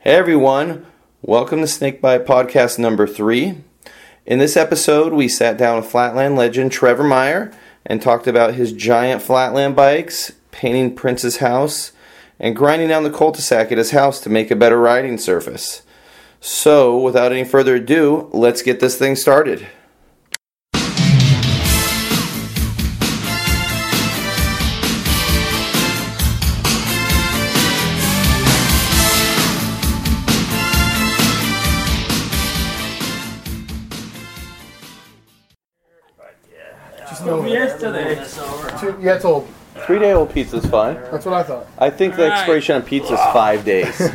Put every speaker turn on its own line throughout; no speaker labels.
Hey everyone, welcome to Snake Bite Podcast number three. In this episode, we sat down with Flatland legend Trevor Meyer and talked about his giant Flatland bikes, painting Prince's house, and grinding down the cul-de-sac at his house to make a better riding surface. So, without any further ado, let's get this thing started.
yesterday.
Two- yeah, it's old.
Three day old pizza's fine.
That's what I thought.
I think
the All right. expiration
on pizza is five days.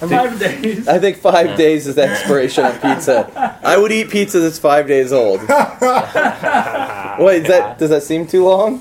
Five days.
I think five days is the expiration on pizza. I would eat pizza that's five days old. Wait, is that does that seem too long?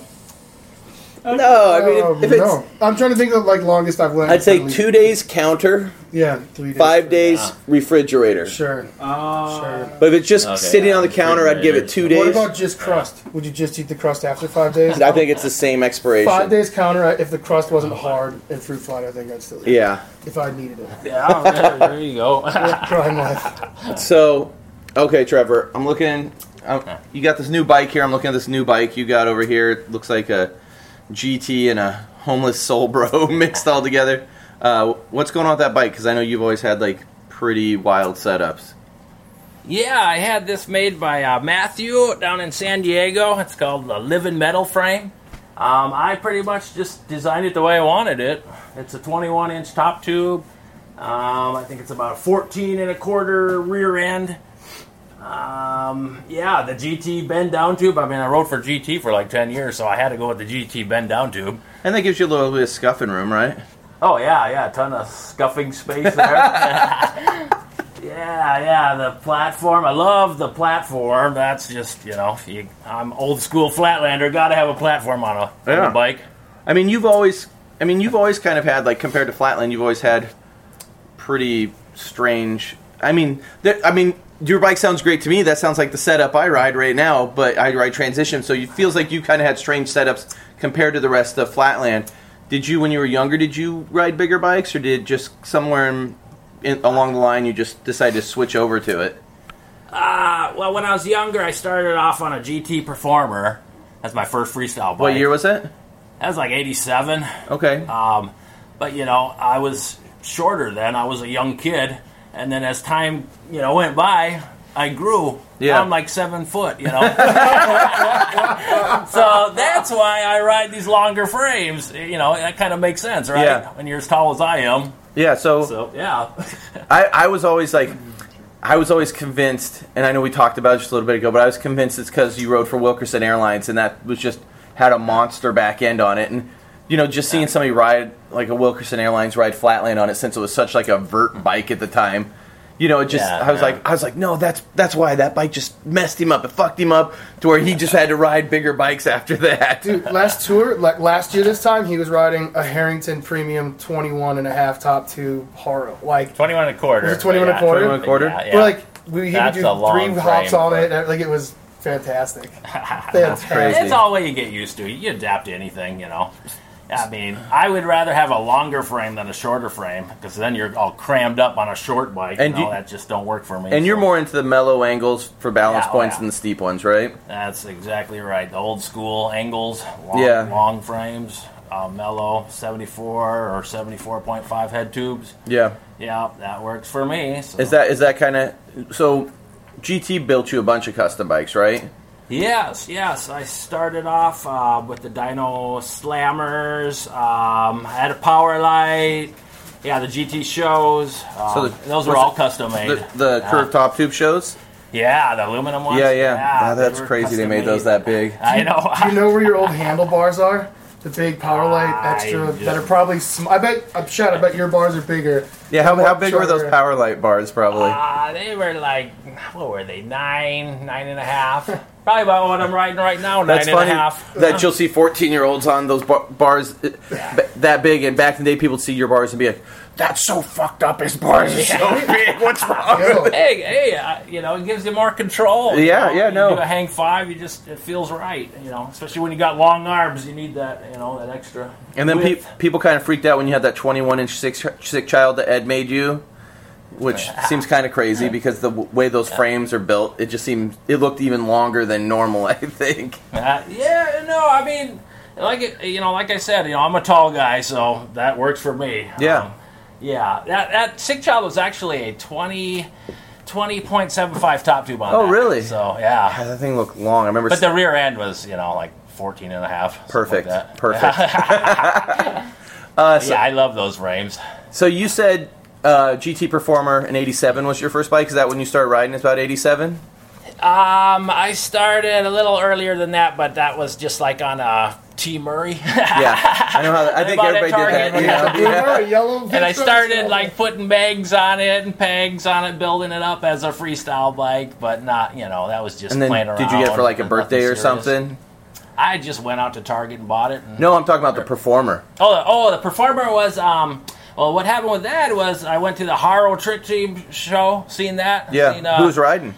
No, Uh, I mean
Um,
if, if it's
no. I'm trying to think of like longest I've left.
I'd say
at least.
two days counter,
Yeah, three days.
five days refrigerator.
Sure.
Uh,
Oh.
Sure.
But if it's just
Okay,
sitting on the
yeah,
counter, I'd give it two
What
days.
about just crust? Would you just eat the crust after five days?
I think it's the same expiration.
Five days counter. I- If the crust wasn't hard and fruit flat, I think I'd still eat. it.
Yeah.
If I needed it.
Yeah, there, there you go.
Prime life.
So, okay, Trevor, I'm looking. i you got this new bike here. I'm looking at this new bike you got over here. It looks like a GT and a homeless soul bro mixed all together. Uh, what's going on with that bike? Because I know you've always had like pretty wild setups.
yeah, I had this made by uh, Matthew down in San Diego. It's called the Living Metal Frame. Um, I pretty much just designed it the way I wanted it. It's a 21 inch top tube. Um, I think it's about a 14 and a quarter rear end. Um, yeah, the GT bend down tube. I mean, I rode for GT for like 10 years, so I had to go with the GT bend down tube.
And that gives you a little bit of scuffing room, right?
Oh yeah, yeah, a ton of scuffing space there. yeah, yeah, the platform. I love the platform. That's just you know, you, I'm old school flatlander. Got to have a platform on a, on a
Yeah.
bike.
I mean, you've always, I mean, you've always kind of had like compared to Flatland, you've always had pretty strange. I mean, there, I mean, your bike sounds great to me. That sounds like the setup I ride right now, but I ride transition, so it feels like you kind of had strange setups compared to the rest of Flatland. Did you, when you were younger, did you ride bigger bikes, or did just somewhere in, in, along the line you just decided to switch over to it?
Uh, well, when I was younger, I started off on a GT Performer. That's my first freestyle bike.
What year was it?
That was like '87.
Okay,
Um, but you know, I was shorter then. I was a young kid, and then as time you know went by, I grew.
Yeah.
Now I'm like seven foot, you know. so that's why I ride these longer frames. You know, that kind of makes sense, right?
Yeah.
When you're as tall as I am.
yeah. So,
So yeah.
I, I was always like, I was always convinced, and I know we talked about it just a little bit ago, but I was convinced it's because you rode for Wilkerson Airlines, and that was just had a monster back end on it, and you know, just seeing somebody ride like a Wilkerson Airlines ride flatland on it, since it was such like a vert bike at the time. You know, it just
Yeah,
I was
yeah.
like I was like, no, that's that's why that bike just messed him up. It fucked him up to where he just had to ride bigger bikes after that.
Dude, last tour, like last year this time, he was riding a Harrington Premium 21 and a half top tube Haro. Like,
Twenty-one and a quarter.
Was it 21 and a quarter?
21 and a quarter?
Yeah, yeah.
we're like we he could
That's
do
a long
three hops
frame,
on
but-
it. and, Like it was fantastic.
That's crazy.
It's all what you get used to. You adapt to anything, you know. I mean, I would rather have a longer frame than a shorter frame because then you're all crammed up on a short bike.
And
And you know,
you-
that just don't work for me.
And you're
so
more into the mellow angles for balance
Yeah, oh,
points
yeah.
than the steep ones, right?
That's exactly right. The old school angles, long,
Yeah.
long frames, uh, mellow 74 or 74.5 head tubes.
Yeah.
Yeah, that works for me. So.
Is that is that kind of so? GT built you a bunch of custom bikes, right?
Yes, yes. I started off uh, with the Dino Slammers. Um, I had a Power Light. Yeah, the GT shows. Um,
So the-
those were
was
all
it-
custom made.
The, the
Yeah.
curved top tube shows.
Yeah, the aluminum ones.
yeah, yeah. Wow,
Ah, they
that's
were
crazy. They
custom
made those that big.
I know.
Do you know where your old handlebars are? The big power light
I
extra
just-
that are probably. Sm- I bet. I'm shot. I bet your bars are bigger.
Yeah. How,
than
how
what
big were those
your-
power light bars? Probably.
Uh, they were like, what were they? Nine, nine and a half. Probably about what I'm riding right now. Nine
That's
and a half.
funny that you'll see 14 year olds on those bar- bars uh, b- that big, and back in the day, people would see your bars and be like,
that's so fucked up. His bars are so big. What's wrong?
Yo,
Hey, hey, I, you know, it gives you more control. you
Yeah,
know?
yeah,
You
no.
do a hang five, you just it feels right. You know, especially when you got long arms, you need that. You know, that extra.
And then
width.
pe- people kind of freaked out when you had that 21 inch sick, sick child that Ed made you, which seems kind of crazy because the w- way those frames are built, it just seemed it looked even longer than normal. I think.
Uh, yeah, no, I mean, like it, you know, like I said, you know, I'm a tall guy, so that works for me.
Yeah.
Um, yeah. That that sick child was actually a 20, 20.75 top tube on
Oh,
that.
really?
So yeah,
God, that thing looked long. I remember.
but
s-
the rear end was you know like 14 and a half. something
perfect.
Like that.
perfect. uh, so,
Yeah, I love those frames.
so you said uh, GT Performer in '87 was your first bike. Is that when you started riding? It's about '87.
Um, I started a little earlier than that, but that was just like on uh, T Murray.
Yeah, I know how. That, I think
About at
everybody did that.
Target.
you know?
you are a yellow
and I
Victor's
started
yellow.
like putting bags on it and pegs on it, building it up as a freestyle bike, but not, you know, that was just
And then,
playing around.
did you get it for like a
nothing
birthday or
serious.
something?
I just went out to Target and bought it. And,
No, I'm talking about the Performer.
Oh, the- oh, the performer was. um Well, what happened with that was I went to the Haro Trick Team show, seen that.
Yeah,
seen, uh,
who was riding?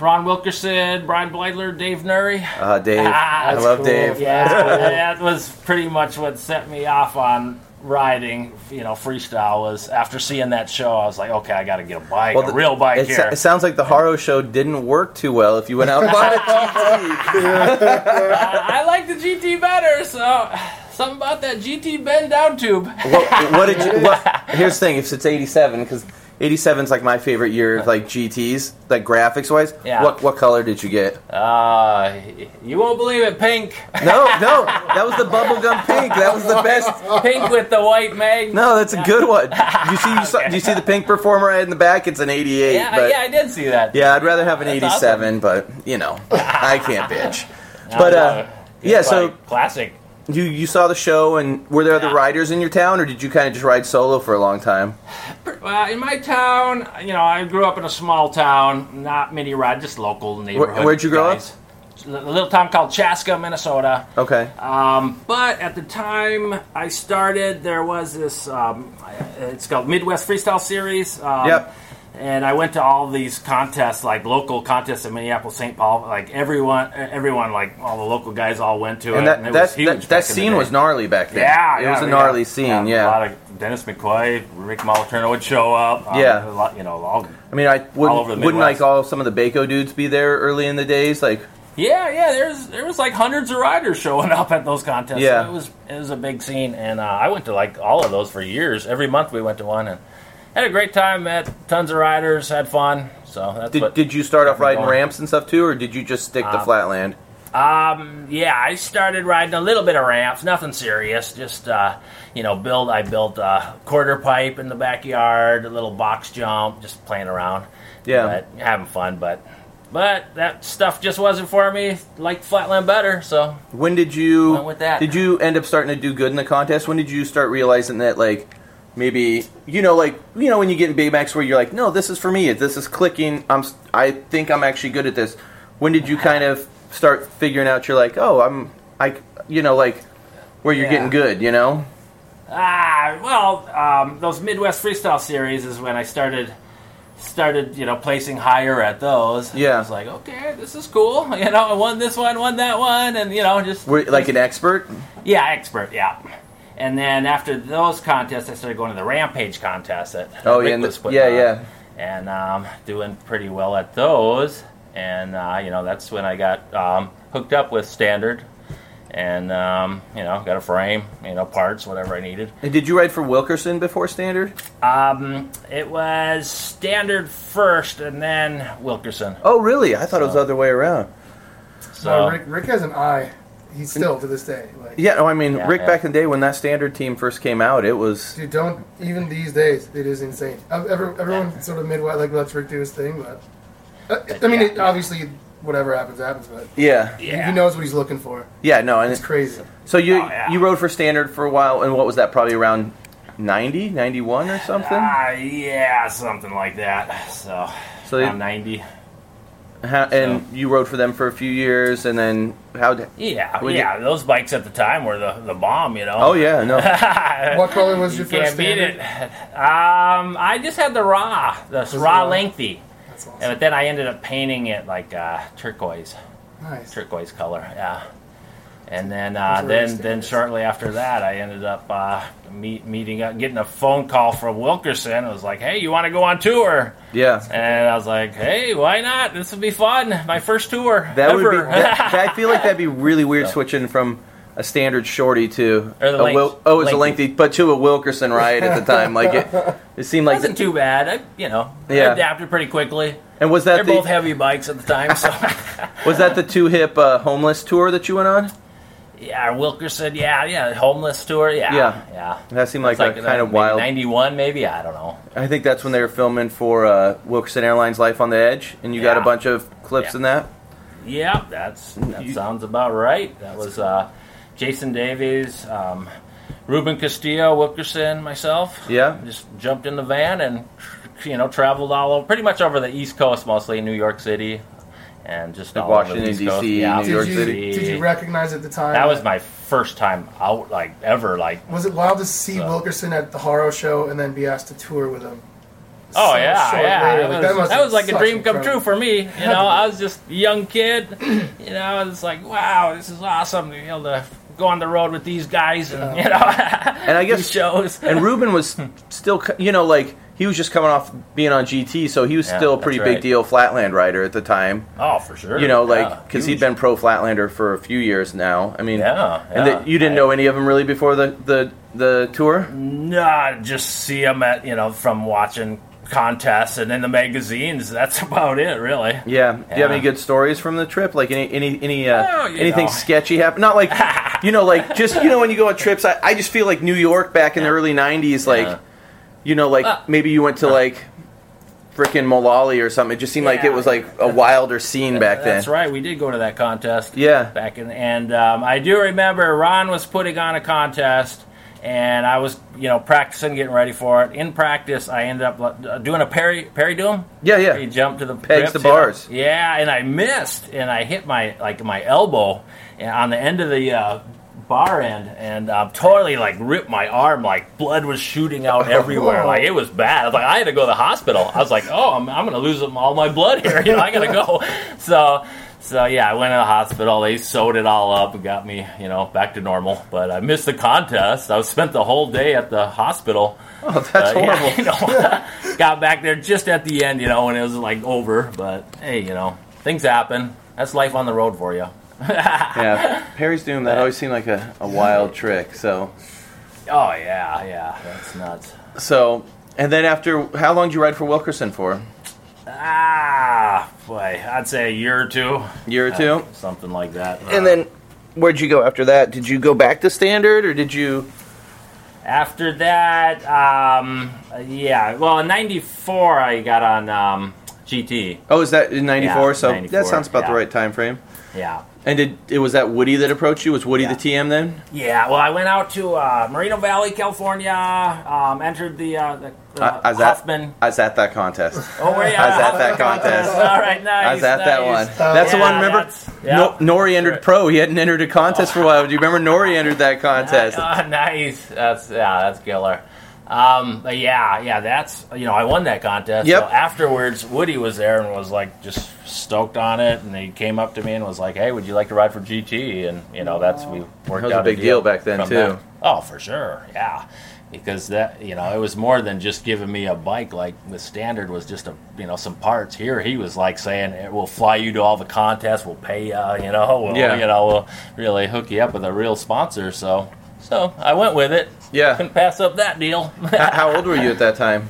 Ron Wilkerson, Brian Bleidler, Dave Nuri.
Uh, Dave.
Ah,
I
that's
love
cool.
Dave.
Yeah, that was pretty much what set me off on riding. You know, freestyle was after seeing that show. I was like, okay, I got to get a bike,
the-
a real bike
it,
here.
It sounds like the Haro show didn't work too well if you went out and bought a TT.
I, I like the GT better, so something about that GT bend down tube.
what, what did you? What, here's the thing: if it's '87, because '87 is like my favorite year, of like GTS, like graphics wise.
Yeah.
What what color did you get?
Uh, you won't believe it, pink,
No, no, that was the bubblegum pink. That was the best.
pink with the white mag.
No, that's a good one. Do you see? You saw, do you see the pink performer I had in the back? It's an '88.
yeah,
but
yeah, I did see that.
Yeah, I'd rather have an
That's
87, but you know, I can't bitch. But
I
uh,
love it.
yeah,
It's
so
like classic.
you you saw the show, and were there other
Yeah.
riders in your town, or did you kind of just ride solo for a long time?
Uh, in my town, you know, I grew up in a small town, not many ride, just local neighborhood.
where'd you grow up?
up? A little town called Chaska, Minnesota.
Okay,
Um, but at the time I started, there was this. Um, it's called Midwest Freestyle Series. Um,
Yep.
And I went to all these contests, like local contests in Minneapolis, St. Paul. Like everyone, everyone, like all the local guys, all went to
and
it.
that
and it
that
was huge
that,
back in the
that scene
day.
was gnarly back then.
Yeah,
it
yeah,
was a
yeah.
gnarly scene.
A
Yeah,
lot of Dennis McCoy, Rick Moliterno would show up. um,
Yeah.
a lot, you know, all
I mean, I
over the
wouldn't wouldn't like
Midwest.
all some of the Baco dudes be there early in the days, like
Yeah, yeah. There's there was like hundreds of riders showing up at those contests.
Yeah.
So it was it was a big scene, and uh, I went to like all of those for years. Every month we went to one and had a great time. Met tons of riders, had fun. So that's
did,
what.
did you start off
Definitely
riding
going.
ramps and stuff too, or did you just stick to
Um,
flatland?
Um, yeah, I started riding a little bit of ramps, nothing serious. Just uh, you know, build. I built a quarter pipe in the backyard, a little box jump, just playing around.
Yeah.
but having fun, but. But that stuff just wasn't for me. Liked flatland better, so
When did you
Went with that.
did you end up starting to do good in the contest? When did you start realizing that like maybe you know like you know when you get in Baymax where you're like no this is for me this is clicking I'm s- I think I'm actually good at this. When did you kind of start figuring out you're like oh I'm I you know like where you're
Yeah.
getting good you know
Ah, well, um, those Midwest freestyle series is when I started started you know placing higher at those.
Yeah.
I was like, okay, this is cool. You know, I won this one, won that one, and you know, just
Were, like an expert
yeah, expert, yeah. And then after those contests, I started going to the Rampage contest that
oh
Rick
yeah and
was
the-
putting
yeah
on,
yeah
and um, doing pretty well at those. And uh, you know, that's when I got um, hooked up with Standard, and um, you know, got a frame, you know, parts, whatever I needed.
and did you ride for Wilkerson before standard
Um, it was standard first, and then Wilkerson.
oh really I thought it was the other way around
No,
So
Uh, Rick, Rick has an eye. He's still to this day. Like,
yeah no I mean
Yeah,
Rick
yeah.
back in the day when that standard team first came out it was
dude, don't even these days. It is insane. Ev- every- Everyone sort of midway like lets Rick do his thing, but uh, I mean, it, obviously, whatever happens happens. But
yeah
yeah,
he knows what he's looking for.
yeah no and
It's crazy.
So you
Oh, yeah.
you rode for standard for a while, and what was that? Probably around 90, 91 or something.
Ah, yeah, something like that. So
So they-
I'm ninety.
How, and you rode for them for a few years, and then how? d-
Yeah,
When
yeah. Those bikes at the time were the, the bomb, you know.
Oh yeah, no.
What color was
you
your
can't
first
beat
standard?
it. Um, I just had the raw, the
it
raw
raw?
lengthy,
That's
and
awesome.
but then I ended up painting it like uh, turquoise,
Nice.
turquoise color. Yeah. And then, uh,
Those are
then,
really
then
standards.
shortly after that, I ended up uh, meet, meeting up, getting a phone call from Wilkerson. It was like, "Hey, you want to go on tour?"
Yeah,
And I was like, "Hey, why not? This will be fun. My first tour
that
ever."
would be. That, that- I feel like that'd be really weird switching from a standard shorty to
Or the
a
length-
oh, it's a
lengthy.
lengthy, but to a Wilkerson ride at the time. Like it, it seemed like.
wasn't
the-
too bad. I, you know, I
Yeah.
adapted pretty quickly.
and was
They're
that
both
the
heavy bikes at the time, so
was that the two hip uh, homeless tour that you went on?
yeah. Wilkerson, yeah, yeah, homeless tour, yeah,
Yeah.
yeah.
That seemed like,
It's like
a kind of wild.
Ninety one, maybe I don't know.
I think that's when they were filming for uh, Wilkerson Airlines Life on the Edge, and you got a
Yeah.
bunch of clips
Yeah.
in that.
Yeah, that's that
You-
sounds about right. That was uh, Jason Davies, um, Ruben Castillo, Wilkerson, myself.
Yeah.
just jumped in the van and you know traveled all over, pretty much over the East Coast, mostly New York City, and just
Like
all over the
Washington,
East
D.C.,
Coast. Yeah,
New York
Did you,
City.
did you recognize at the time?
That was my first time out, like ever, like
Was it wild to see
So-
Wilkerson at the Haro show and then be asked to tour with him?
Oh
So
yeah,
short
yeah.
later,
That,
like,
was,
must
that
have
was like a
such
dream come
incredible-
true for me. You know, I was just a young kid. You know, I was like, wow, this is awesome to be able to go on the road with these guys and you know,
And I
these
guess
shows.
and Ruben was still, c- you know, like he was just coming off being on GT, so he was
Yeah,
still a
that's
pretty
right.
big deal flatland rider at the time.
oh, for sure.
You know, like
Yeah.
because he'd been pro flatlander for a few years now. I mean,
Yeah,
and
yeah.
that you didn't know any of them really before the the the tour.
Nah, just see them at you know from watching contests and in the magazines. That's about it, really.
Yeah. Do you have
Yeah.
any good stories from the trip? Like any any any uh,
Oh, you
anything
know.
sketchy happen? Not like you know, like just you know when you go on trips. I, I just feel like New York back in the early '90s, like
Yeah.
you know, like
Uh.
maybe you went to like frickin' Mulally or something. It just seemed like
Yeah.
it was like a wilder scene back then.
That's right. We did go to that contest.
Yeah.
Back in, and um, I do remember Ron was putting on a contest, and I was, you know, practicing, getting ready for it. In practice, I ended up uh, doing a parry, parry doom.
Yeah,
He
yeah.
jumped to the
Pegs to
grips, you know?
bars.
Yeah, and I missed, and I hit my like my elbow and on the end of the uh, bar end, and um, totally like ripped my arm. Like blood was shooting
Oh,
out everywhere. Like it was bad. I was like, I had to go to the hospital. I was like, oh, I'm, I'm gonna lose all my blood here. You know, I gotta go. So. So yeah, I went to the hospital. They sewed it all up and got me, you know, back to normal. But I missed the contest. I spent the whole day at the hospital.
Oh, that's
Uh, yeah,
horrible.
you know, got back there just at the end, you know, and it was like over. But hey, you know, things happen. That's life on the road for you. Oh,
Yeah, Perry's Doom. That always seemed like a, a wild trick. So
Oh yeah, yeah, that's nuts.
so and then after how long did you ride for Wilkerson for?
Ah, boy, I'd say a year or two,
Year or
Uh,
two.
something like that.
and
Uh,
then where'd you go after that? Did you go back to standard or did you?
after that, um, yeah, well, in '94 I got on um, GT.
Oh, is that in '94?
Yeah,
so
94,
that sounds about the
yeah.
right time frame.
Yeah.
And did it was that Woody that approached you? Was Woody the TM then?
Yeah, well, I went out to uh, Merino Valley, California. Um, entered the, uh, the, the
I, I was at,
Hoffman.
I was at that contest.
Oh, where you
I was at that contest.
All right, nice.
I was at that one.
nice.
That's the
Yeah,
one. Remember,
that's- yeah.
no, Nori entered pro. He hadn't entered a contest for a while. Do you remember Nori entered that contest?
Ah, nice. That's yeah, that's killer. Um, but yeah, yeah, that's you know, I won that contest.
Yep.
So afterwards, Woody was there and was like just stoked on it, and he came up to me and was like, "Hey, would you like to ride for GT?" And you know, that's we worked
That was a
out
big deal back then,
from
too.
that. Oh, for sure, yeah. Because that you know, it was more than just giving me a bike. Like the standard was just a you know some parts. Here he was like saying, "It will fly you to all the contests. We'll pay you. You know, we'll
Yeah.
you know we'll really hook you up with a real sponsor." So so I went with it.
Yeah.
Couldn't pass up that deal.
How- How old were you at that time?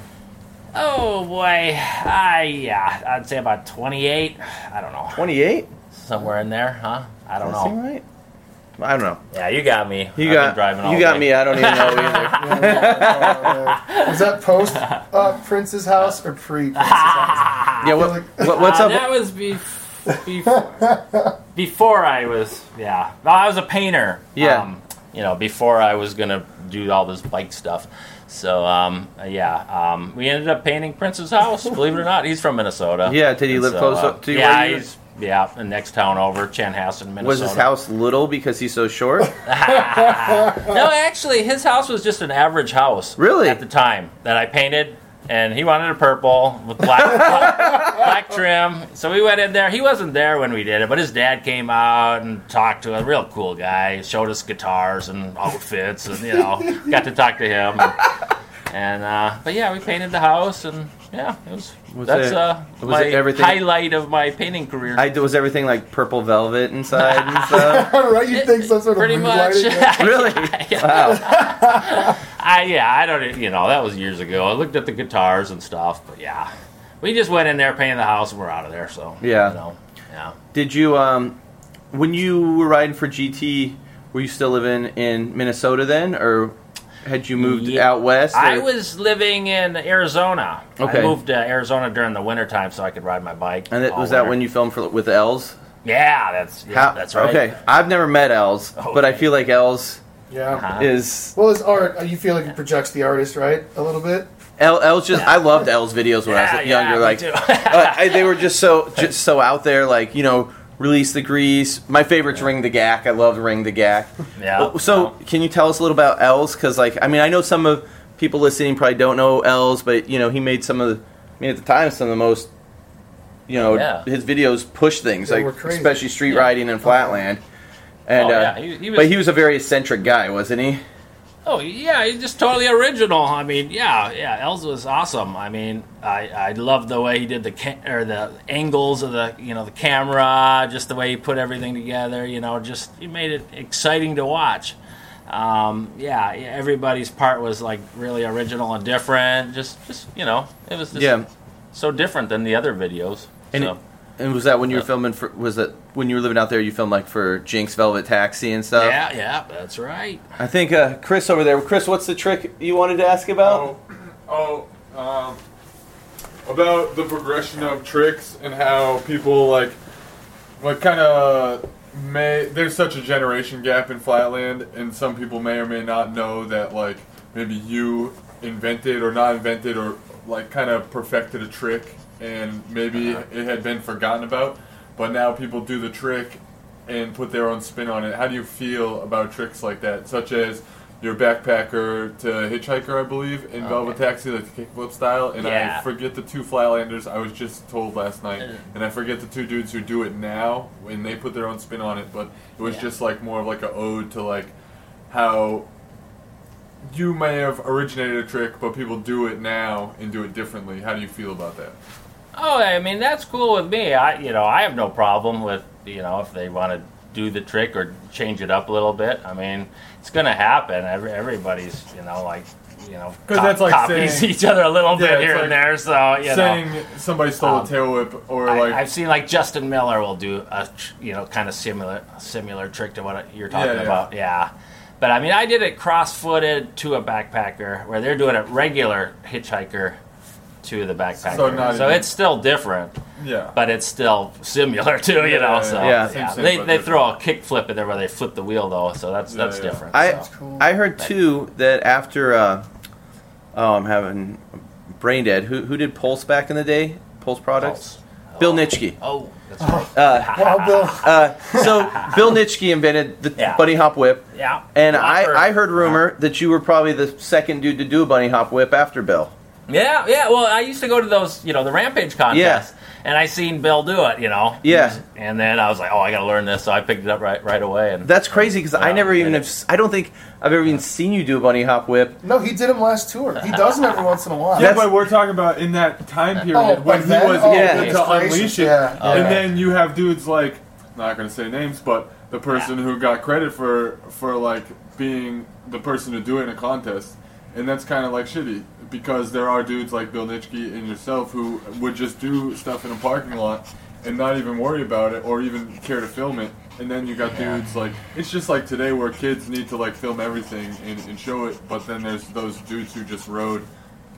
oh boy, I yeah, I'd say about twenty eight. I don't know,
28.
somewhere in there, huh? I don't
Does that seem
know.
right? I don't know.
Yeah, you got me.
You
I've been
got
driving all
you
the
got
way.
me. I don't even know either.
Yeah, yeah, yeah. was that post uh, Prince's house or pre Prince's
Ah,
house?
Yeah. What, what, what's
Uh,
up?
That was bef- before, before I was, yeah. No, I was a painter. Um,
Yeah.
you know, before I was going to do all this bike stuff. So um, yeah, um, we ended up painting Prince's house. believe it or not, he's from Minnesota.
Yeah, did he
And
live
so,
close
uh,
up to you where
Yeah,
you-
he's yeah, the next town over, Chanhassen, Minnesota.
Was his house little because he's so short?
No, actually, his house was just an average house.
Really?
At the time that I painted, and he wanted a purple with black black, black trim. So we went in there. He wasn't there when we did it, but his dad came out and talked to a real cool guy. Showed us guitars and outfits, and you know, got to talk to him. And, uh, but yeah, we painted the house, and yeah, it was.
Was
that's
it-
uh,
was
my
it everything-
highlight of my painting career.
I was everything like purple velvet inside and stuff.
right? You think some sort of
Pretty
mood
much.
lighting? Yeah.
Really? Wow.
I yeah, I don't you know, that was years ago. I looked at the guitars and stuff, but yeah. We just went in there painted the house and we're out of there, so
Yeah.
You know, yeah.
Did you um when you were riding for GT, were you still living in Minnesota then or had you moved
Yeah.
out west? or-
I was living in Arizona.
Okay.
I moved to Arizona during the wintertime so I could ride my bike.
And that,
all
was that
winter.
when you filmed for with Els?
Yeah, that's yeah,
How-
that's right.
Okay, I've never met Els, but I
Okay.
feel like Els
Uh-huh.
is
Well, it's art. uh, You feel like it projects the artist, right? A little bit.
El, Els just I loved Els videos when I was younger.
Yeah, yeah, me
like
too.
uh, I, they were just so just so out there. Like you know, release the grease. My favorite's ring the gack. I love ring the gack.
Yeah.
Uh, So can you tell us a little about Els? Because like I mean I know some of people listening probably don't know Els, but you know he made some of the I mean at the time some of the most you know
Yeah.
his videos push things
They
like
were crazy.
especially street
Yeah.
riding and flatland. And
Oh,
uh,
yeah, he- he was-
but he was a very eccentric guy, wasn't he?
Oh yeah, he's just totally original. I mean, yeah, yeah, Els was awesome. I mean, I I loved the way he did the ca- or the angles of the you know the camera, just the way he put everything together. You know, just he made it exciting to watch. Um, yeah, yeah, everybody's part was like really original and different. Just just you know, it was just
Yeah.
so different than the other videos.
And,
so.
and was that when you were
Yeah.
filming for? Was that when you were living out there? You filmed like for Jinx Velvet Taxi and stuff.
yeah, yeah, that's right.
I think uh, Chris over there. Chris, what's the trick you wanted to ask about?
Oh, oh, um, about the progression of tricks and how people like, like, kind of may. There's such a generation gap in Flatland, and some people may or may not know that like maybe you invented or not invented or like kind of perfected a trick, and maybe it had been forgotten about, but now people do the trick and put their own spin on it. How do you feel about tricks like that, such as your backpacker to hitchhiker, I believe, in Velvet Taxi, like the kickflip style? And
Yeah.
I forget the two Flatlanders I was just told last night, and I forget the two dudes who do it now, and they put their own spin on it. But it was
Yeah.
just like more of like a ode to like how you may have originated a trick, but people do it now and do it differently. How do you feel about that?
Oh, I mean that's cool with me. I you know I have no problem with you know if they want to do the trick or change it up a little bit. I mean it's gonna happen. Every, everybody's you know like you know
'Cause that's like
copies
saying-
each other a little
Yeah,
bit
it's
here and
like
there. So you know.
Saying somebody stole
Um,
a tail whip or
I,
like
I've seen like Justin Miller will do a tr- you know kind of similar similar trick to what you're talking
Yeah, yeah.
about, yeah. But I mean, I did it cross-footed to a backpacker, where they're doing it regular hitchhiker to the backpacker.
not
so
even-
it's still different.
yeah.
but it's still similar to you know.
yeah,
So
yeah.
yeah,
Same, same,
they,
but
they
different.
throw a kick flip in there where they flip the wheel though, so that's
Yeah,
that's
yeah.
different.
I
so.
I heard too that after uh, oh I'm having brain dead. Who who did Pulse back in the day? Pulse products. Bill Nitschke.
Oh, that's right.
Uh,
Wow, Bill.
uh, so Bill Nitschke invented the
Yeah.
bunny hop whip,
yeah.
and
Whopper.
I I heard rumor that you were probably the second dude to do a bunny hop whip after Bill.
Yeah, yeah. Well, I used to go to those, you know, the Rampage contests, and I seen Bill do it, you know.
Yeah.
And then I was like, oh, I got to learn this, so I picked it up right right away. And
That's crazy because I
Yeah,
never even
and
have. s- I don't think I've ever even seen you do a bunny hop whip.
No, he did him last tour. He does them every once in a while.
Yeah,
That's-
but we're talking about in that time period
Oh,
when
back
he
then?
was
Oh,
Yeah.
able
goodness
to
gracious,
unleash it.
yeah,
Oh,
yeah.
And then you have dudes like not gonna say names, but the person who got credit for for like being the person to do it in a contest. And that's kinda like shitty because there are dudes like Bill Nitschke and yourself who would just do stuff in a parking lot and not even worry about it or even care to film it. And then you got dudes like it's just like today where kids need to like film everything and, and show it, but then there's those dudes who just rode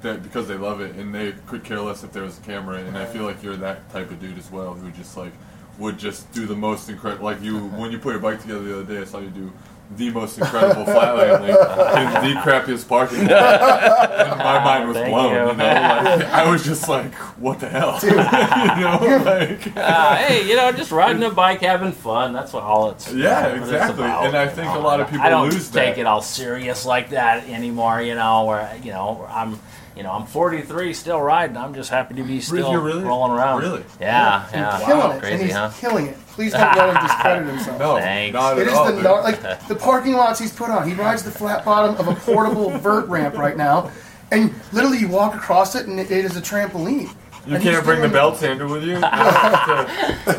that because they love it and they could care less if there was a camera. And I feel like you're that type of dude as well, who just like would just do the most incredible. Like you, when you put your bike together the other day, I saw you do the most incredible flatland, like in the crappiest parking lot. And my mind was
Thank
blown. You.
you.
know, like, I was just like, "What the hell?" you know, like
Uh, hey, you know, just riding a bike, having fun. That's what all it's.
yeah,
what it's
exactly.
about.
And I think a lot of people
I don't
lose
take
that.
it all serious like that anymore. You know, where you know I'm, you know, I'm 43, still riding. I'm just happy to be still
you're really-
rolling around.
really?
Yeah.
And
yeah.
killing
Wow,
it. and
Crazy,
he's
huh?
killing it. Please don't let him discredit himself.
No,
Thanks.
not
It
at
is
all.
the
dude.
gnar- like the parking lots he's put on. He rides the flat bottom of a portable vert ramp right now, and literally you walk across it, and it, it is a trampoline.
you
and he's
can't bring the
doing-
belt sander with you. So-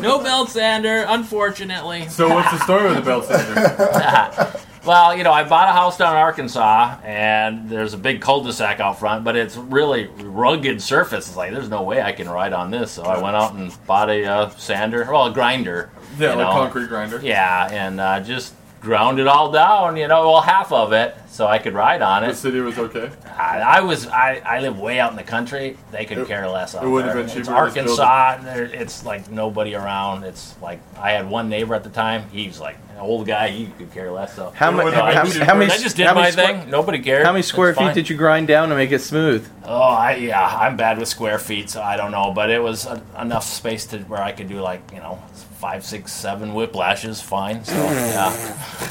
No belt sander, unfortunately.
so what's the story with the belt sander?
Well, you know, I bought a house down in Arkansas, and there's a big cul-de-sac out front, but it's really rugged surface. It's like there's no way I can ride on this, so I went out and bought a uh, sander, well, a grinder.
Yeah,
you
like
know.
concrete grinder.
Yeah, and uh, just ground it all down, you know, well, half of it, so I could ride on
The
it.
city was okay.
I, I was, I, I live way out in the country. They could
It-
care less. Out
it wouldn't
there.
have been
It's
cheaper to just build it.
Arkansas. There, it's like nobody around. It's like I had one neighbor at the time. He's like an old guy. He could care less. So
How, mu-
It
how,
would've
how,
been cheaper.
how many?
I just did
how
my
many square-
thing. Nobody cared.
How many square feet
did you?
did you grind down to make it smooth?
Oh, I yeah, I'm bad with square feet, so I don't know, but it was uh enough space to where I could do like you know five, six, seven whiplashes, fine. So yeah,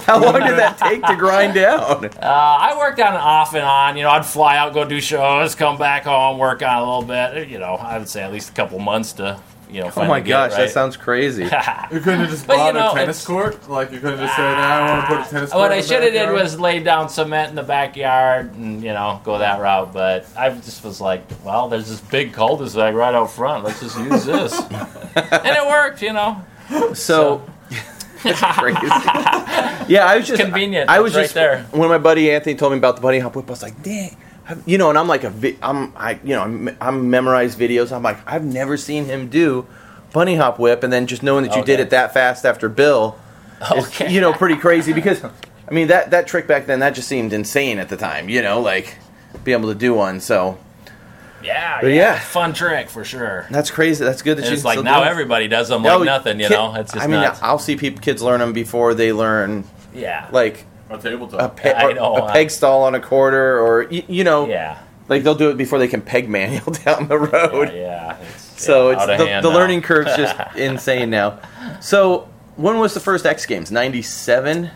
How long did that take to grind down?
uh, I worked on it off and on. You know, I'd fly out, go do shows, come back home, work on it a little bit. You know, I would say at least a couple months to you know.
Oh
Finally
my
get it
gosh, that
right.
sounds crazy.
You couldn't have just
But, you
bought
know,
a tennis
it's- Ah.
court. Like you couldn't just say, "Nah, "I want to put a tennis court."
What
in
I
the
should have did
backyard."
was lay down cement in the backyard and you know go that route. But I just was like, well, there's this big cul-de-sac right out front. Let's just use this, and it worked. You know,
So, that's crazy. yeah, I was just
convenient.
I was
It's right
just
there.
When my buddy Anthony told me about the bunny hop whip, I was like, dang. I've- You know, and I'm like a, vi- I'm, I, you know, I'm, I'm memorized videos. I'm like, I've never seen him do bunny hop whip, and then just knowing that you did
Okay.
it that fast after Bill, is,
Okay.
you know, pretty crazy. Because, I mean, that that trick back then, that just seemed insane at the time. You know, like being able to do one. So
Yeah,
But
yeah,
yeah.
it's a fun trick for sure.
that's crazy. That's good that
And
you
it's like
still
now
do it.
everybody does them like
No,
nothing, you
kid-
know. It's just
I mean, uh,
nuts.
I'll see people, kids learn them before they learn
yeah,
like
a
a,
tabletop.
pe-
I
or
know,
a
uh,
peg stall on a quarter, or y- you know,
yeah,
like they'll do it before they can peg manual down the
yeah,
road.
yeah. It's,
So
yeah,
it's
out of
the,
hand
the
now.
learning curve's just insane now. So when was the first X Games? Ninety seven.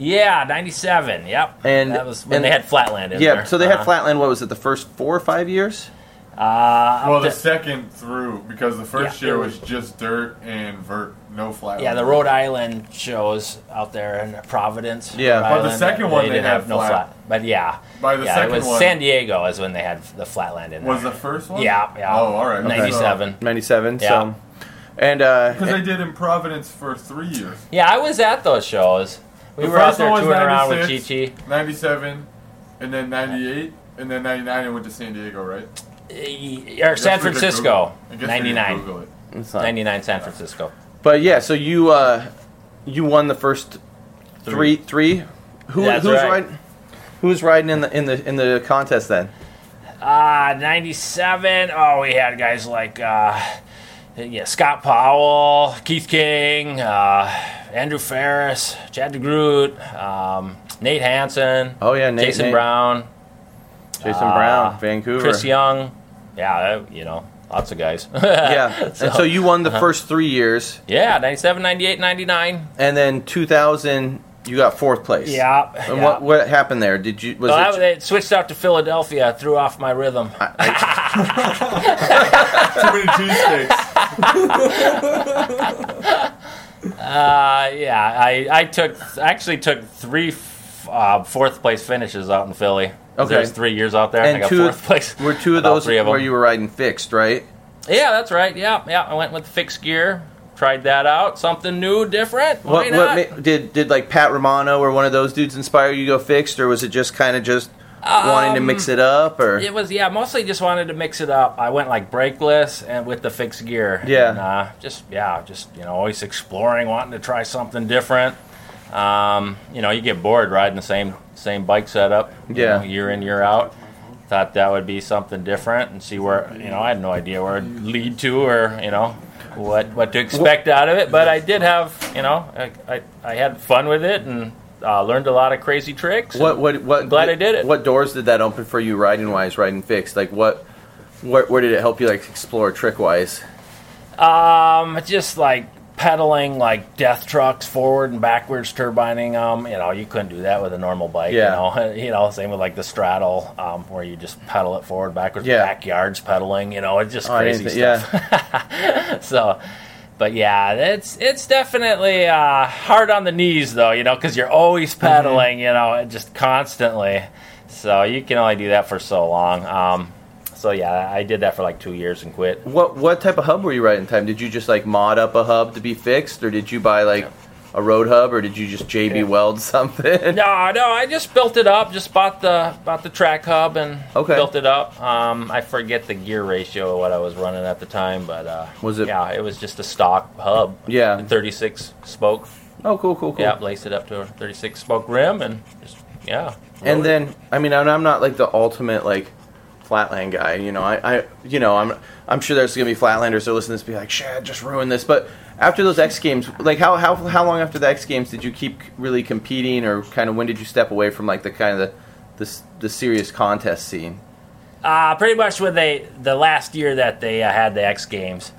Yeah, ninety-seven. Yep,
And-
that was when
and-
they had Flatland in
Yeah,
there.
so they had
Uh-huh.
Flatland. What was it? The first four or five years?
Uh,
Well,
well,
the second through because the first
Yeah.
year was just dirt and vert, no flat.
yeah, the Rhode
road.
Island shows out there in Providence.
Yeah.
Rhode
But the
Island,
second one they
didn't
had
have no
flat.
flat, but yeah,
By the
yeah,
second
it was
one-
San Diego is when they had the Flatland in there.
was the first one.
Yeah, yeah.
Oh, all right.
ninety-seven.
Ninety seven.
Yeah.
So and uh,
Because they did in Providence for three years.
Yeah, I was at those shows. We
The
were out
first
there
one was
touring around with Chi
96.
Chi.
Ninety-seven, and then ninety-eight, and then ninety-nine. It went to San Diego, right?
or San Francisco, 99.
Google it.
it's not-
99 San Francisco.
but yeah, so you uh, you won the first three three. Who,
That's
who's
right.
riding? Who's riding in the in the in the contest then?
Uh, 97. Oh, we had guys like uh, yeah, Scott Powell, Keith King, uh, Andrew Ferris, Chad DeGroot, um, Nate Hansen,
Oh yeah, Nate,
Jason
Nate-
Brown,
Jason
uh,
Brown, Vancouver.
Chris Young. Yeah, that- you know, lots of guys.
yeah.
so, uh-huh.
and so you won the first three years,
yeah, 97, 98, 99.
and then 2000 you got fourth place.
Yeah.
And
yeah.
what what happened there? Did you was
Well,
it?
that, it switched out to Philadelphia. Threw off my rhythm.
Too many cheesesteaks.
Uh, yeah, I, I took I actually took three f- uh, fourth place finishes out in Philly.
Okay.
There's three years out there, and, I
and
got
two
fourth place.
were two of
All
those
three of 'em.
where you were riding fixed, right?
Yeah, that's right. Yeah, yeah. I went with fixed gear, tried that out. Something new, different. Why
what
not?
what ma- did did like Pat Romano or one of those dudes inspire you to go fixed, or was it just kind of just wanting to mix it up? Or
it was Um, yeah, mostly just wanted to mix it up. I went like brakeless and with the fixed gear.
Yeah.
And, uh, just yeah, just you know, always exploring, wanting to try something different. Um, you know, you get bored riding the same same bike setup. you
Yeah.
know, year in year out. Thought that would be something different and see where you know I had no idea where it'd lead to or you know what what to expect out of it, but I did have you know I I, I had fun with it and Uh, learned a lot of crazy tricks. and
What what what?
I'm glad I did it.
What doors did that open for you, riding wise, riding fixed? Like what? Where, where did it help you like explore trick wise?
Um, just like pedaling like death trucks forward and backwards, turbining them. You know, you couldn't do that with a normal bike.
Yeah.
You know, you know, same with like the straddle, um, where you just pedal it forward, backwards,
Yeah. Oh,
backyards pedaling. You know, it's just
I didn't
crazy
thi-
stuff. So. But yeah, it's it's definitely uh, hard on the knees though, you know, because you're always
Mm-hmm.
pedaling, you know, just constantly. So you can only do that for so long. Um, so yeah, I did that for like two years and quit.
What what type of hub were you riding? Time did you just like mod up a hub to be fixed, or did you buy like a road hub, or did you just JB weld something?
No, no, I just built it up. Just bought the bought the track hub and
Okay.
built it up. Um, I forget the gear ratio of what I was running at the time, but uh,
Was it-
Yeah, it was just a stock hub.
Yeah.
thirty six spoke.
Oh, cool, cool, cool.
Yeah, laced it up to a thirty six spoke rim and just yeah.
And
rolled it.
then, I mean, and I'm not like the ultimate like flatland guy. You know, I, I you know, I'm, I'm sure there's gonna be flatlanders that listen to this and be like, shit, just ruin this. But after those X Games, like how how how long after the X Games did you keep really competing, or kind of when did you step away from like the kind of the the, s- the serious contest scene?
Uh, pretty much when they the last year that they uh, had the X Games,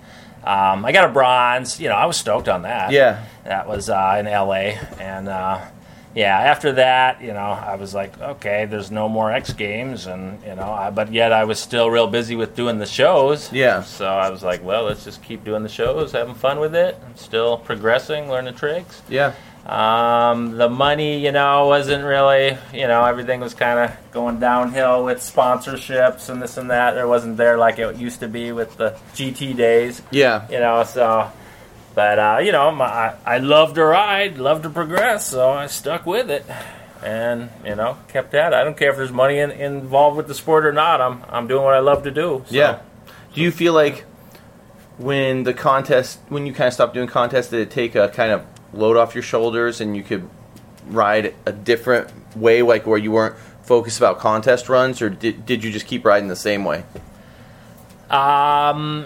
um, I got a bronze. You know, I was stoked on that.
Yeah.
that was uh, in L.A. and uh, yeah, after that, you know, I was like, okay, there's no more X Games, and you know, I, but yet I was still real busy with doing the shows.
Yeah.
So I was like, well, let's just keep doing the shows, having fun with it. I'm still progressing, learning tricks.
Yeah.
Um, the money, you know, wasn't really, you know, everything was kind of going downhill with sponsorships and this and that. It wasn't there like it used to be with the GT days,
Yeah.
you know, so. But, uh, you know, my, I, I love to ride, love to progress, so I stuck with it. And, you know, kept at it. I don't care if there's money in, involved with the sport or not. I'm, I'm doing what I love to do. so.
Yeah. Do you feel like when the contest, when you kind of stopped doing contests, did it take a kind of load off your shoulders and you could ride a different way, like where you weren't focused about contest runs, or did, did you just keep riding the same way?
Um,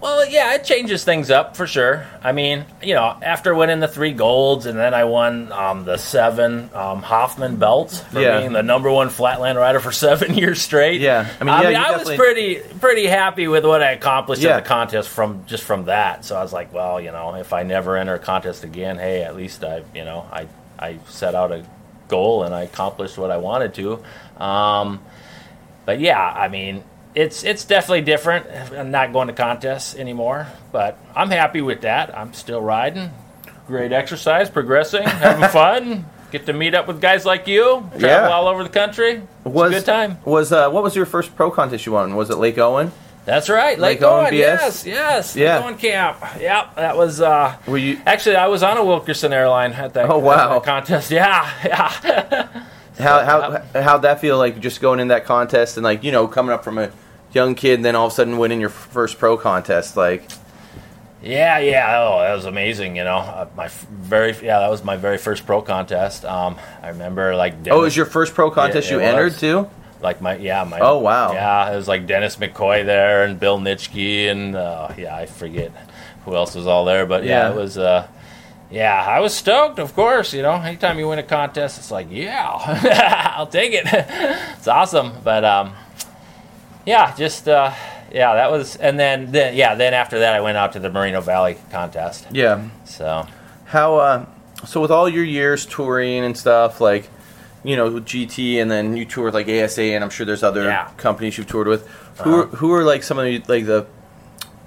well, yeah, it changes things up for sure. I mean, you know, after winning the three golds and then I won um, the seven um, Hoffman belts for
Yeah.
being the number one flatland rider for seven years straight.
Yeah. I
I
mean,
mean, I,
yeah, you
was
definitely-
pretty pretty happy with what I accomplished
Yeah.
in the contest from just from that. So I was like, well, you know, if I never enter a contest again, hey, at least I, you know, I I set out a goal and I accomplished what I wanted to. Um, but yeah, I mean, it's it's definitely different. I'm not going to contests anymore, but I'm happy with that. I'm still riding. Great exercise, progressing, having fun. Get to meet up with guys like you. Travel
Yeah.
all over the country. It's
Was
a good time.
Was uh, what was your first pro contest you won? Was it Lake Owen?
That's right. Lake,
Lake Owen
Owen,
BS?
yes, yes.
Yeah.
Lake Owen camp. Yep, that was. uh
Were you?
Actually, I was on a Wilkerson airline at that,
Oh, wow.
at that contest. Yeah, yeah.
How
Uh,
how how'd that feel like just going in that contest and like you know coming up from a young kid and then all of a sudden winning your first pro contest like
Yeah, yeah. Oh, that was amazing. You know, uh, my f- very yeah, that was my very first pro contest. Um, I remember like Dennis,
oh it was your first pro contest
it
you
was.
entered too
like my yeah my
Oh, wow.
yeah it was like Dennis McCoy there and Bill Nitschke and uh, yeah I forget who else was all there, but yeah,
Yeah.
it was. Uh, yeah, I was stoked, of course. You know, anytime you win a contest, it's like, yeah, I'll take it. it's awesome. But um, yeah, just uh, yeah, that was. And then, then yeah, then after that, I went out to the Merino Valley contest.
yeah
So
How uh, so? With all your years touring and stuff, like you know with GT, and then you toured like ASA, and I'm sure there's other
Yeah. Uh-huh.
companies you've toured with. Who are, who are like some of the, like the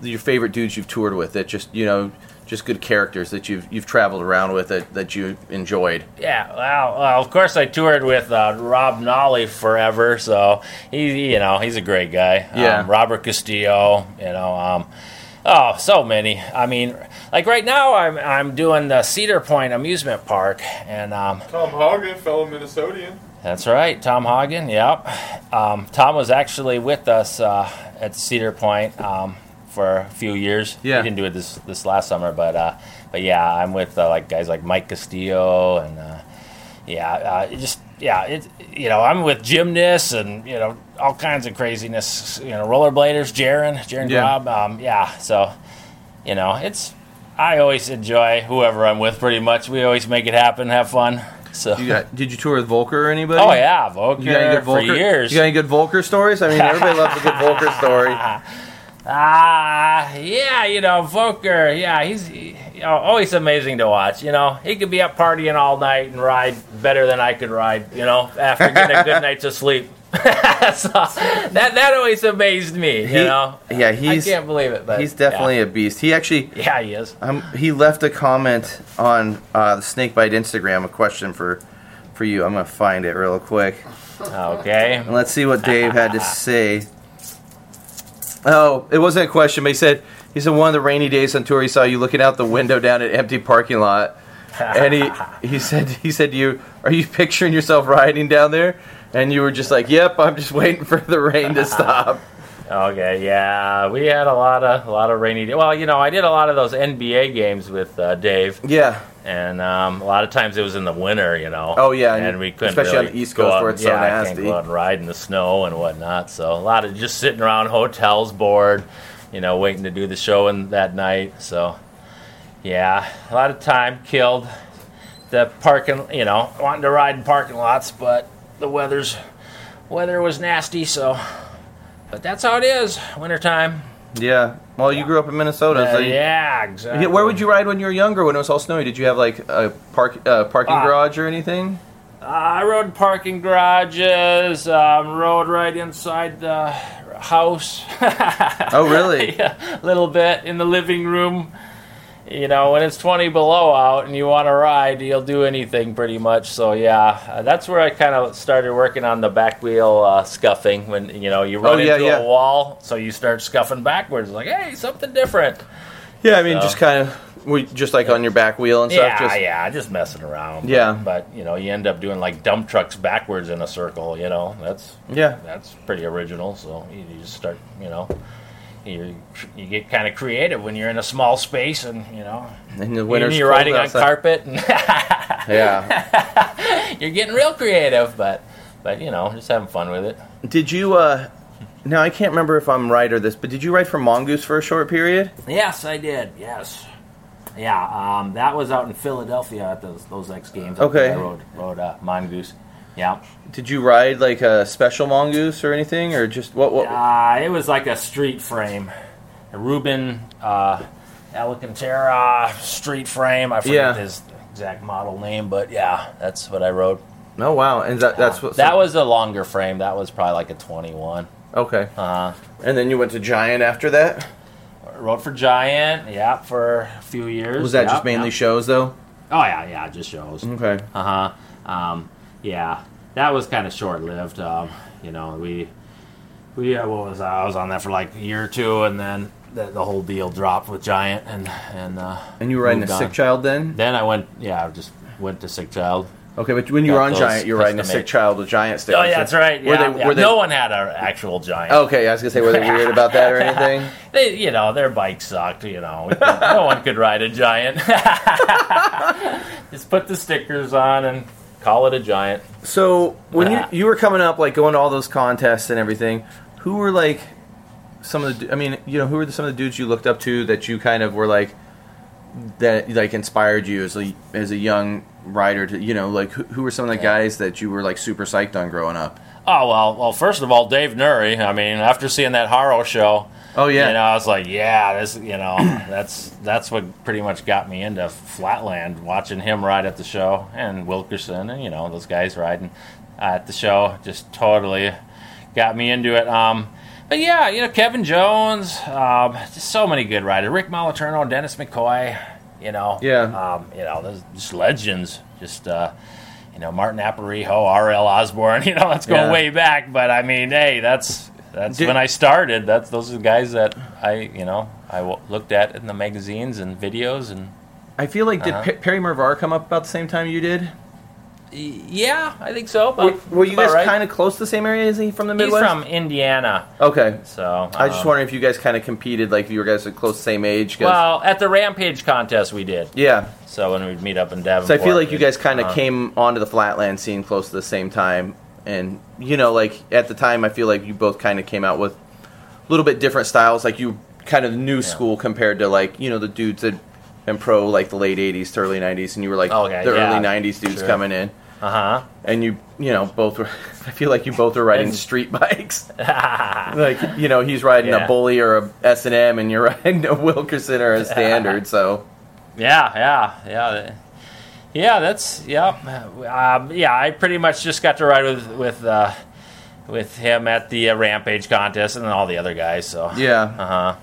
your favorite dudes you've toured with that just you know just good characters that you've you've traveled around with that that you enjoyed.
Yeah, well, well, of course I toured with uh, Rob Nolly forever, so he, you know, he's a great guy.
Yeah.
Um, Robert Castillo, you know, um, oh, so many. I mean, like right now I'm I'm doing the Cedar Point amusement park, and um,
Tom Hogan, fellow Minnesotian.
that's right, Tom Hagen. Yep, um, Tom was actually with us uh, at Cedar Point um, for a few years.
Yeah.
he didn't do it this this last summer, but uh, but yeah, I'm with uh, like guys like Mike Castillo and uh, yeah, uh, it just yeah, it you know I'm with gymnasts and you know all kinds of craziness. You know, rollerbladers, Jaron, Jaron
Yeah.
Rob. Um, yeah, so you know it's. I always enjoy whoever I'm with. Pretty much, we always make it happen, have fun. So,
You got? Did you tour with Volker or anybody?
oh yeah, Volker,
You got any good
for
Volker?
years.
You got any good Volker stories? I mean, everybody loves a good Volker story.
Ah, yeah, you know, Volker, yeah, he's he- you know, always amazing to watch. You know, he could be up partying all night and ride better than I could ride, you know, after getting a good night's of sleep. so that, that always amazed me, you
He-
know.
yeah, he's
I can't believe it, but
he's definitely a beast. He actually
Yeah, yeah he is.
Um, he left a comment on uh, the Snakebite Instagram. A question for, for you. I'm gonna find it real quick,
Okay.
and let's see what Dave had to say. Oh, it wasn't a question, but he said he said one of the rainy days on tour, he saw you looking out the window down an empty parking lot, and he he said he said to you, "Are you picturing yourself riding down there?" And you were just like, "Yep, I'm just waiting for the rain to stop."
Okay, yeah, we had a lot of a lot of rainy. Day. Well, you know, I did a lot of those NBA games with uh, Dave,
Yeah,
and um, a lot of times it was in the winter, you know.
Oh, yeah,
and
and
we couldn't
especially on
really
the East
go
Coast
out-
where it's so
yeah, I can't
nasty.
go out and ride in the snow and whatnot. So a lot of just sitting around hotels, bored, you know, waiting to do the show in that night. So yeah, a lot of time killed. The parking, you know, wanting to ride in parking lots, but the weather's weather was nasty. So, but that's how it is, wintertime.
yeah. Well, you grew up in Minnesota,
Uh,
so you,
yeah, exactly.
Yeah, where would you ride when you were younger? When it was all snowy, did you have like a park uh, parking
Ah.
garage or anything?
Uh, I rode parking garages. Um, rode right inside the house.
Oh, really?
yeah, a little bit in the living room. You know, when it's 20 below out and you want to ride, you'll do anything pretty much. So yeah, uh, that's where I kind of started working on the back wheel uh, scuffing. When you know you run
Oh, yeah,
into
yeah.
a wall, so you start scuffing backwards. Like, hey, something different.
Yeah, I mean,
So-
just kind of we just like on your back wheel and
Yeah,
stuff. Just,
yeah, just messing around.
Yeah.
but you know, you end up doing like dump trucks backwards in a circle. You know, that's
yeah,
that's pretty original. So you, you just start, you know, you you get kind of creative when you're in a small space and you know,
And the
when
winter's
you're
cold
riding on
outside.
carpet and
Yeah.
you're getting real creative. But but you know, just having fun with it.
did you? uh Now I can't remember if I'm right or this, but did you ride for Mongoose for a short period?
Yes, I did. Yes. Yeah, um, that was out in Philadelphia at those those X Games.
Okay.
I rode rode uh, mongoose. Yeah.
Did you ride like a special Mongoose or anything, or just what? What?
Uh, it was like a street frame. A Ruben uh, Alcantara street frame. I forget
Yeah.
his exact model name, but yeah, that's what I wrote. Uh,
Oh wow! And that, that's what.
that was a longer frame. That was probably like a 21.
okay.
Uh,
And then you went to Giant after that.
wrote for Giant, yeah, for a few years.
Was that
yeah,
just mainly Mm-hmm.
yeah.
shows though?
Oh, yeah, yeah, just shows.
Okay.
Uh huh. Um, yeah, that was kind of short lived. Um, you know, we we uh, what was I was on that for like a year or two, and then the, the whole deal dropped with Giant, and and uh,
And you were riding
Moved
a
on.
sick child then?
then I went. Yeah, I just went to sick child.
Okay, but when you
Got
were on
those
Giant, you were riding a
custom-made.
sick child with Giant stickers.
Oh yeah, that's right.
Were
Yeah,
they,
yeah.
Were they, Oh.
no one had an actual Giant.
Okay, I was gonna say were they weird about that or anything?
They, you know, their bike sucked. You know, We could- no one could ride a Giant. just put the stickers on and call it a Giant.
So when you you were coming up, like going to all those contests and everything, who were like some of the? du- I mean, you know, who were the, some of the dudes you looked up to that you kind of were like that like inspired you as a as a young rider to you know like who, who were some of the guys that you were like super psyched on growing up?
Oh well, well. First of all, Dave Nuri. I mean, after seeing that Haro show,
Oh yeah,
you know, I was like, yeah, this, you know, that's that's what pretty much got me into Flatland. Watching him ride at the show and Wilkerson, and you know, those guys riding at the show just totally got me into it. Um, but yeah, you know, Kevin Jones, um, just so many good riders. Rick Moliterno, Dennis McCoy, you know,
Yeah.
um, you know, those just legends. Just uh, you know, Martin Aparijo, R.L. Osborne. You know, that's going
Yeah.
way back. But I mean, hey, that's that's
Did-
when I started. That's those are the guys that I you know I w- looked at in the magazines and videos and
I feel like did
Uh-huh.
Pe- Perry Mervar come up about the same time you did?
yeah, I think so.
Were,
But
were you guys kind of close to the same area? Is he from the
He's
Midwest?
from Indiana,
Okay,
so
I was just
um,
wondering if you guys kind of competed, like if you were guys are close to the same age. 'cause-
Well, at the Rampage contest we did.
yeah.
So when we'd meet up in Davenport,
So I feel like you
we'd-
guys kind of
uh,
came onto the flatland scene close to the same time, and you know, like at the time, I feel like you both kind of came out with a little bit different styles. Like you kind of new school compared to like you know the dudes that and pro like the late '80s to early '90s, and you were like
Okay,
the
yeah.
early '90s dudes
Sure.
coming in,
Uh
and you you know both were. I feel like you both were riding
That's-
street bikes.
huh.
like you know he's riding
Yeah.
a bully or a S and M, and you're riding a Wilkerson or a standard. so
Yeah, yeah, yeah, yeah. That's yeah, um, yeah. I pretty much just got to ride with with uh, with him at the uh, Rampage contest and then all the other guys. So
yeah.
uh huh.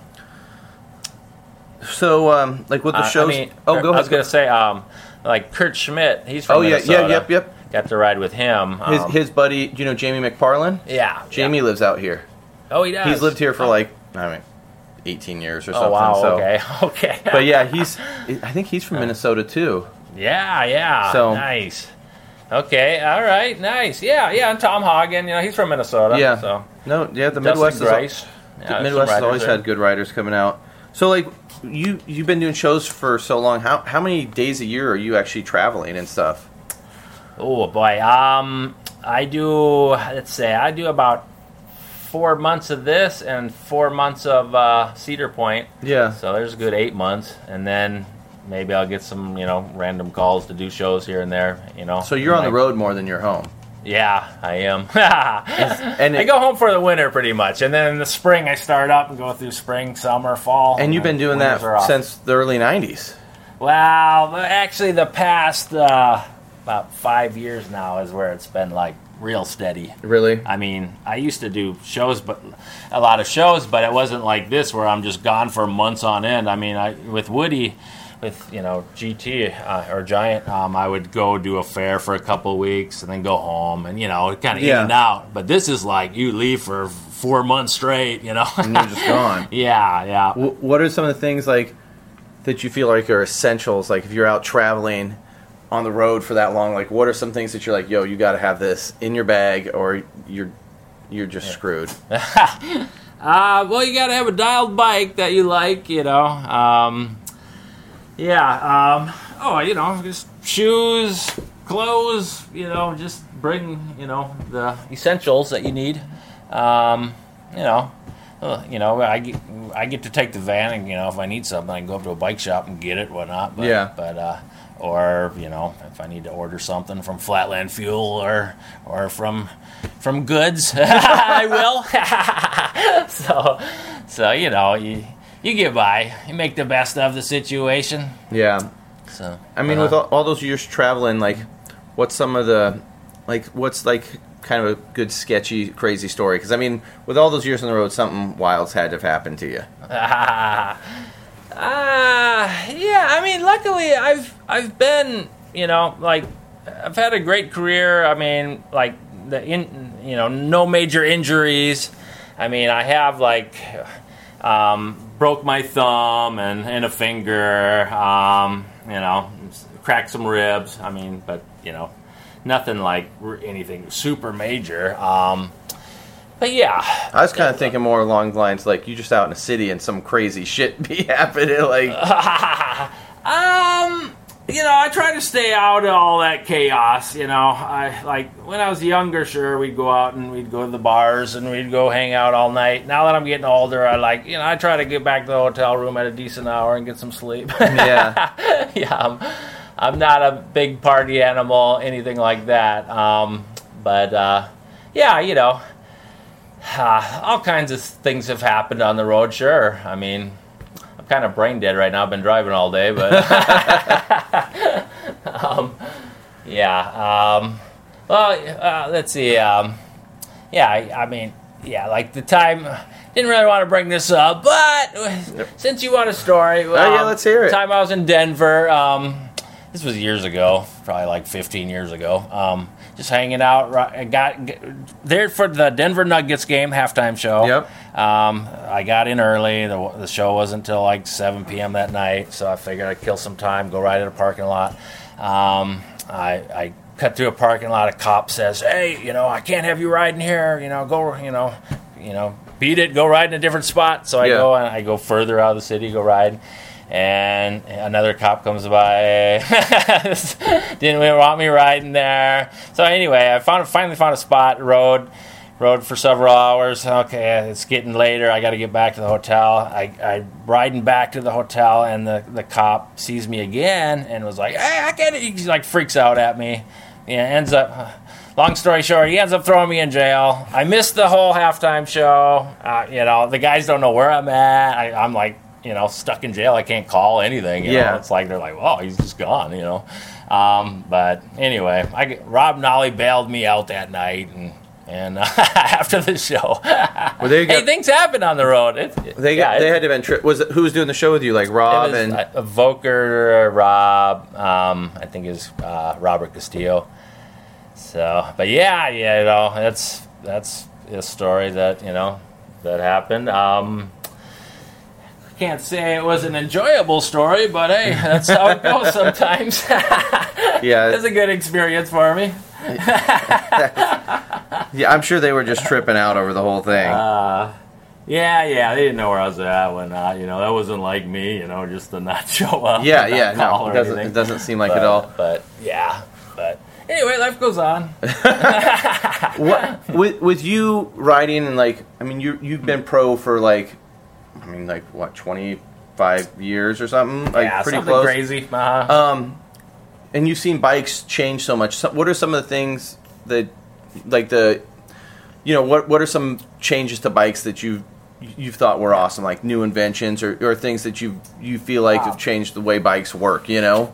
So um, like with the shows. oh, go
Uh, I was
ahead.
gonna say um, like Kurt Schmidt. He's from
Oh yeah, yeah,
Minnesota.
yep, yep.
Got to ride with him.
His
um,
his buddy, do you know Jamie McFarland?
yeah,
Jamie
yeah.
lives out here.
Oh, he does.
He's lived here for like I mean, 18 years or something.
Oh wow.
so.
Okay. Okay.
But yeah, he's. I think he's from Minnesota too.
Yeah, yeah.
So-
nice. Okay, all right, nice. Yeah, yeah. And Tom Hagen, you know, he's from Minnesota.
Yeah.
So
No, yeah, the
Dustin
Midwest is.
Grice. Yeah,
The
some
Midwest has
writers
always
there.
had good writers coming out. So like you you've been doing shows for so long. How how many days a year are you actually traveling and stuff?
Oh boy. Um, I do. Let's say I do about four months of this and four months of uh, Cedar Point.
Yeah.
So there's a good eight months, and then maybe I'll get some, you know, random calls to do shows here and there. You know.
So you're on the
Like-
road more than you're home.
Yeah, I am.
And
I
it-
go home for the winter pretty much, and then in the spring I start up and go through spring, summer, fall.
and you've been
then
doing
winters are
that
off.
since the early 90s.
Wow, well, actually, the past uh, about five years now is where it's been like real steady.
Really?
I mean, I used to do shows, but a lot of shows, but it wasn't like this where I'm just gone for months on end. I mean, I with Woody, with you know GT uh, or Giant, um, I would go do a fair for a couple weeks and then go home, and you know, kind of in
Yeah.
and out. But this is like you leave for four months straight, you know.
And you're just gone.
yeah, yeah.
Wh- what are some of the things like that you feel like are essentials? Like if you're out traveling on the road for that long, like what are some things that you're like, yo, you got to have this in your bag, or you're you're just screwed.
Uh, well, you gotta have a dialed bike that you like, you know. Um, yeah. Um, oh, you know, just shoes, clothes, you know, just bring, you know, the essentials that you need. Um, you know, uh, you know, I get, I get to take the van, and you know, if I need something, I can go up to a bike shop and get it, whatnot. But,
Yeah.
But uh, or you know, if I need to order something from Flatland Fuel or or from from Goods, I will. so, so you know, you you get by, you make the best of the situation.
Yeah,
So
I mean, with
Uh-huh.
all, all those years traveling, like, what's some of the like what's like kind of a good sketchy crazy story? Because I mean, with all those years on the road, something wild's had to have happened to you.
Ah, Ah, yeah. I mean, luckily, I've I've been, you know, like I've had a great career. I mean, like the in, you know, no major injuries. I mean, I have like um, broke my thumb and, and a finger. Um, you know, cracked some ribs. I mean, but you know, nothing like r- anything super major. Um, but yeah,
I was kind of thinking more along the lines like you just out in a city and some crazy shit be happening. Like,
Um, you know, I try to stay out of all that chaos. You know, I like when I was younger. Sure, we'd go out and we'd go to the bars and we'd go hang out all night. Now that I'm getting older, I like you know I try to get back to the hotel room at a decent hour and get some sleep.
yeah,
yeah, I'm, I'm not a big party animal, anything like that. Um, but uh, yeah, you know, uh, all kinds of things have happened on the road. Sure, I mean, I'm kind of brain dead right now. I've been driving all day, but um, yeah. Um, well, uh, let's see. Um, yeah, I, I mean, yeah, like the time. Didn't really want to bring this up, but since you want a story, well,
Oh, yeah, let's hear it.
Time I was in Denver. Um, this was years ago, probably like 15 years ago. Um, just hanging out. ri- I got g- there for the Denver Nuggets game halftime show.
Yep.
Um, I got in early. The, the show wasn't until like 7 p.m. that night, so I figured I'd kill some time, go right in a parking lot. Um, I, I cut through a parking lot. A cop says, "Hey, you know, I can't have you riding here. You know, go. You know, you know, beat it. Go ride in a different spot." So I
Yeah.
go and I go further out of the city, go ride. And another cop comes by. Didn't want me riding there. So anyway, I found finally found a spot, rode, Rode for several hours. Okay, it's getting later. I got to get back to the hotel. I, I riding back to the hotel, and the, the cop sees me again and was like, "Hey, I get it." He like freaks out at me. Yeah, ends up. uh, Long story short, he ends up throwing me in jail. I missed the whole halftime show. Uh, you know, the guys don't know where I'm at. I, I'm like, you know, stuck in jail. I can't call anything. You
Yeah.
know? it's like they're like, "Oh, he's just gone." You know. Um, but anyway, I g Rob Nolly bailed me out that night, and and after the show,
Well, they got,
hey, things happen on the road. It, it-
they got,
yeah,
they
it-
had to have been tri- was it, who was doing the show with you like
it
Rob
was,
and
uh, Voker, Rob, um, I think is uh, Robert Castillo. So, but yeah, yeah, you know, that's that's a story that you know that happened. Um, I can't say it was an enjoyable story, but hey, that's how it goes sometimes.
yeah
It's a good experience for me.
yeah I'm sure they were just tripping out over the whole thing.
Uh, yeah, yeah, they didn't know where I was at when uh, you know that wasn't like me, you know, just to not show up.
yeah,
and not
yeah,
call
no,
or
it doesn't
anything.
it doesn't seem like
but,
it all.
But yeah, but anyway, life goes on.
What with with you riding and like I mean you you've been pro for like I mean like what 25 years or something like
yeah,
pretty
something
close.
crazy. Uh,
Um, and you've seen bikes change so much. So, what are some of the things that, like the, you know, what what are some changes to bikes that you've you've thought were awesome, like new inventions or, or things that you you feel like have changed the way bikes work? You know,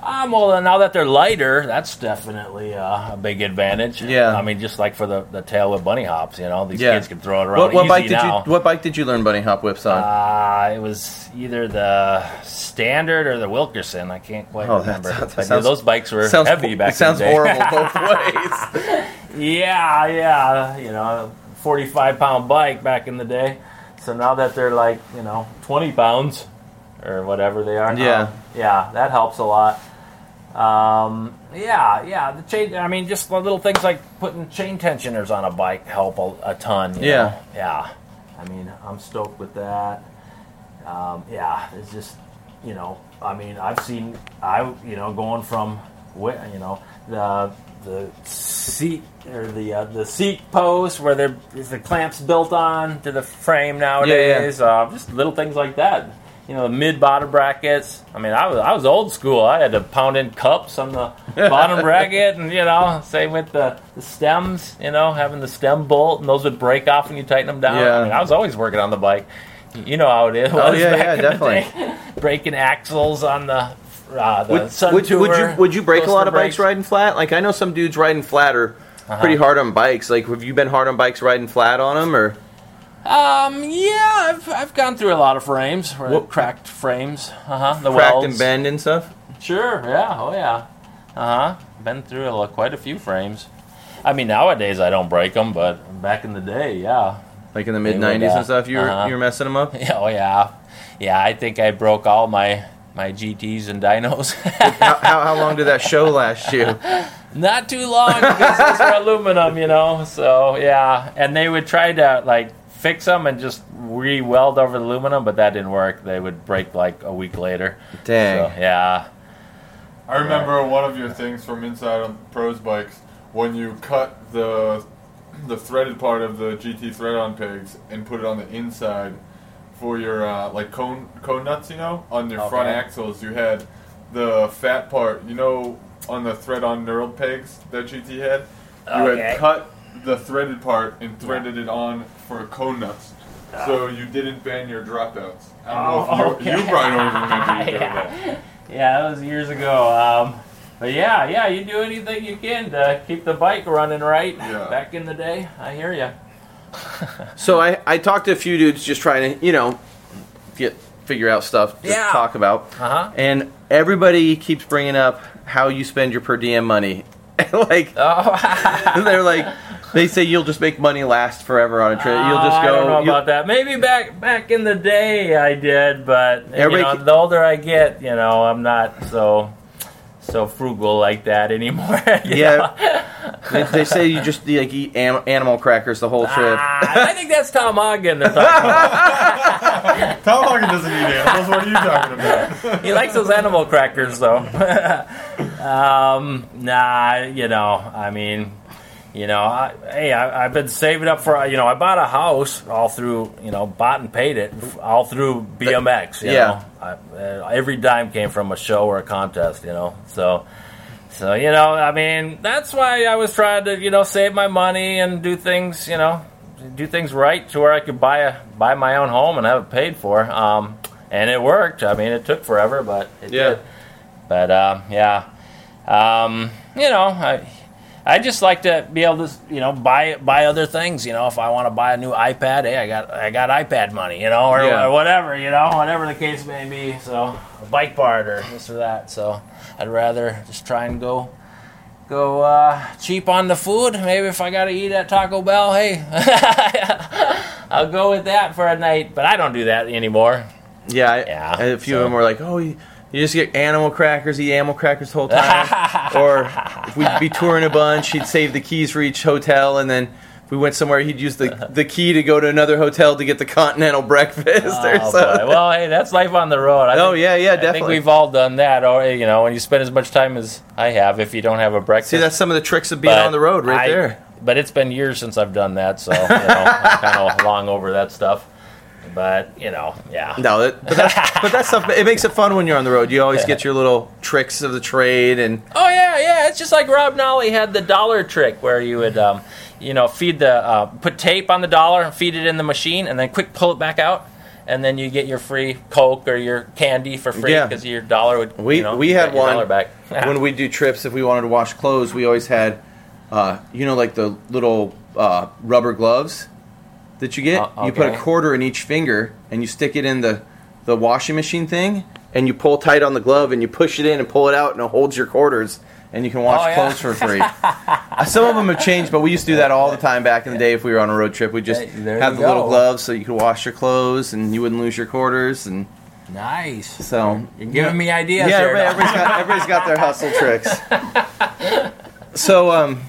Um, well, now that they're lighter, that's definitely uh, a big advantage.
Yeah.
I mean, just like for the, the tail with bunny hops, you know, these
Yeah.
kids can throw it
what,
around
what
easy
bike did
now.
you what bike did you learn bunny hop whips on?
Uh, it was either the standard or the Wilkerson. I can't quite
Oh, that
remember.
sounds- that
But, yeah,
sounds-
those bikes were
sounds
Uh, heavy back
it sounds
in the day.
horrible both ways.
Yeah, yeah. You know, forty-five pound bike back in the day. So now that they're like you know twenty pounds or whatever they are. now,
Yeah.
yeah, that helps a lot. Um, yeah, yeah. The chain. I mean, just the little things like putting chain tensioners on a bike help a, a ton. you
Yeah.
know? yeah. I mean, I'm stoked with that. Um, yeah, it's just you know, I mean, I've seen I you know going from wh- you know the the seat or the uh, the seat post where there is the clamps built on to the frame nowadays. Uh, just little things like that. You know, the mid bottom brackets. I mean, I was I was old school. I had to pound in cups on the bottom bracket, and you know, same with the, the stems. You know, having the stem bolt, and those would break off when you tighten them down.
Yeah.
I mean, I was always working on the bike. You know how it is.
Oh, yeah,
back
yeah,
in the
definitely.
day. Breaking axles on the uh, the
Would,
Sun
would,
Tour.
would you would you break a lot
coaster
of bikes
brakes.
riding flat? Like I know some dudes riding flat are
Uh-huh.
pretty hard on bikes. Like have you been hard on bikes riding flat on them or?
Um, yeah, I've, I've gone through a lot of frames, where
What-
cracked frames. Uh huh. The
cracked
welds.
and bend and stuff.
Sure. Yeah. Oh yeah. Uh huh. Been through a, quite a few frames. I mean, nowadays I don't break them, but back in the day, yeah.
Like in the
They
mid
would,
'90s
uh,
and stuff, you were
uh-huh.
you were messing them up.
Oh yeah. Yeah, I think I broke all my my GTS and dynos.
how, how, how long did that show last you?
not too long because those were aluminum, you know. So yeah, and they would try to like fix them and just re-weld over the aluminum, but that didn't work. They would break like a week later.
Dang.
So, yeah.
I remember one of your things from inside on pros bikes when you cut the the threaded part of the GT thread on pegs and put it on the inside for your uh, like cone cone nuts. You know, on your front
Okay.
axles, you had the fat part. You know, on the thread on knurled pegs that GT had, you
Okay.
had cut the threaded part and threaded it on for cone nuts. So you didn't ban your dropouts. I don't know
Ah. Oh,
if you, you
okay.
probably don't even remember you doing
Yeah.
that.
Yeah, that was years ago. Um, but yeah, yeah, you do anything you can to keep the bike running right.
Yeah.
Back in the day, I hear you.
So I, I talked to a few dudes just trying to you know get figure out stuff to
Yeah.
talk about,
Uh huh.
and everybody keeps bringing up how you spend your per diem money. like
Oh,
they're like they say you'll just make money last forever on a trip. Uh, You'll just
Oh, I
go.
don't know
you'll-
about that. Maybe back back in the day I did, but you
Everybody
know,
ke-
the older I get, you know, I'm not so so frugal like that anymore. you know?
yeah, they, they say you just like eat am- animal crackers the whole trip.
Ah, I think that's Tom Ogden they're talking about.
Tom Hogan doesn't eat animals. What are you talking about?
He likes those animal crackers though. um, nah, you know, I mean, You know, I, hey, I, I've been saving up for you know I bought a house all through you know bought and paid it all through BMX. You
Yeah.
know? I, uh, every dime came from a show or a contest. You know, so so you know I mean that's why I was trying to you know save my money and do things you know do things right to where I could buy a buy my own home and have it paid for. Um, and it worked. I mean, it took forever, but it
Yeah.
did. But uh, yeah, um, you know, I I just like to be able to you know buy buy other things. You know, if I want to buy a new iPad, hey, I got I got iPad money. You know, or,
Yeah.
or whatever. You know, whatever the case may be. So a bike barter, this or that. So I'd rather just try and go. Go uh, cheap on the food. Maybe if I gotta eat at Taco Bell, hey, I'll go with that for a night. But I don't do that anymore.
Yeah, I,
Yeah,
I- a few
so-
of them were like, "Oh, you, you just get animal crackers, eat animal crackers the whole time." or if we'd be touring a bunch, he'd save the keys for each hotel, and then if we went somewhere, he'd use the the key to go to another hotel to get the continental breakfast or
Oh,
something.
boy. Well, hey, that's life on the road. I
Oh,
think-
yeah, yeah,
I think
definitely.
we've all done that. Or you know, when you spend as much time as I have, if you don't have a breakfast,
See, that's some of the tricks of being
but
on the road, right
I-
there.
But it's been years since I've done that, so you know, I'm kind of long over that stuff. But you know, yeah,
No, that, but, that's, but that stuff it makes it fun when you're on the road. You always get your little tricks of the trade, and
Oh yeah, yeah. It's just like Rob Nolly had the dollar trick, where you would, um, you know, feed the uh, put tape on the dollar and feed it in the machine, and then quick pull it back out, and then you get your free Coke or your candy for free
Yeah.
because your dollar would.
We-
you know,
we
you
had
got your
one
dollar back.
when we do trips, if we wanted to wash clothes, we always had, uh, you know, like the little uh, rubber gloves that you get.
Uh,
You put a
okay.
quarter in each finger and you stick it in the, the washing machine thing and you pull tight on the glove and you push it in and pull it out and it holds your quarters and you can wash
Oh, yeah.
clothes for free. Uh, Some of them have changed, but we used to do that all the time back in the day if we were on a road trip. We just
Hey, there
have
you
the little
go.
gloves so you could wash your clothes and you wouldn't lose your quarters. And
nice.
so
You're giving me ideas.
yeah,
here,
everybody,
Doc.
everybody's got everybody's got their hustle tricks. So, um,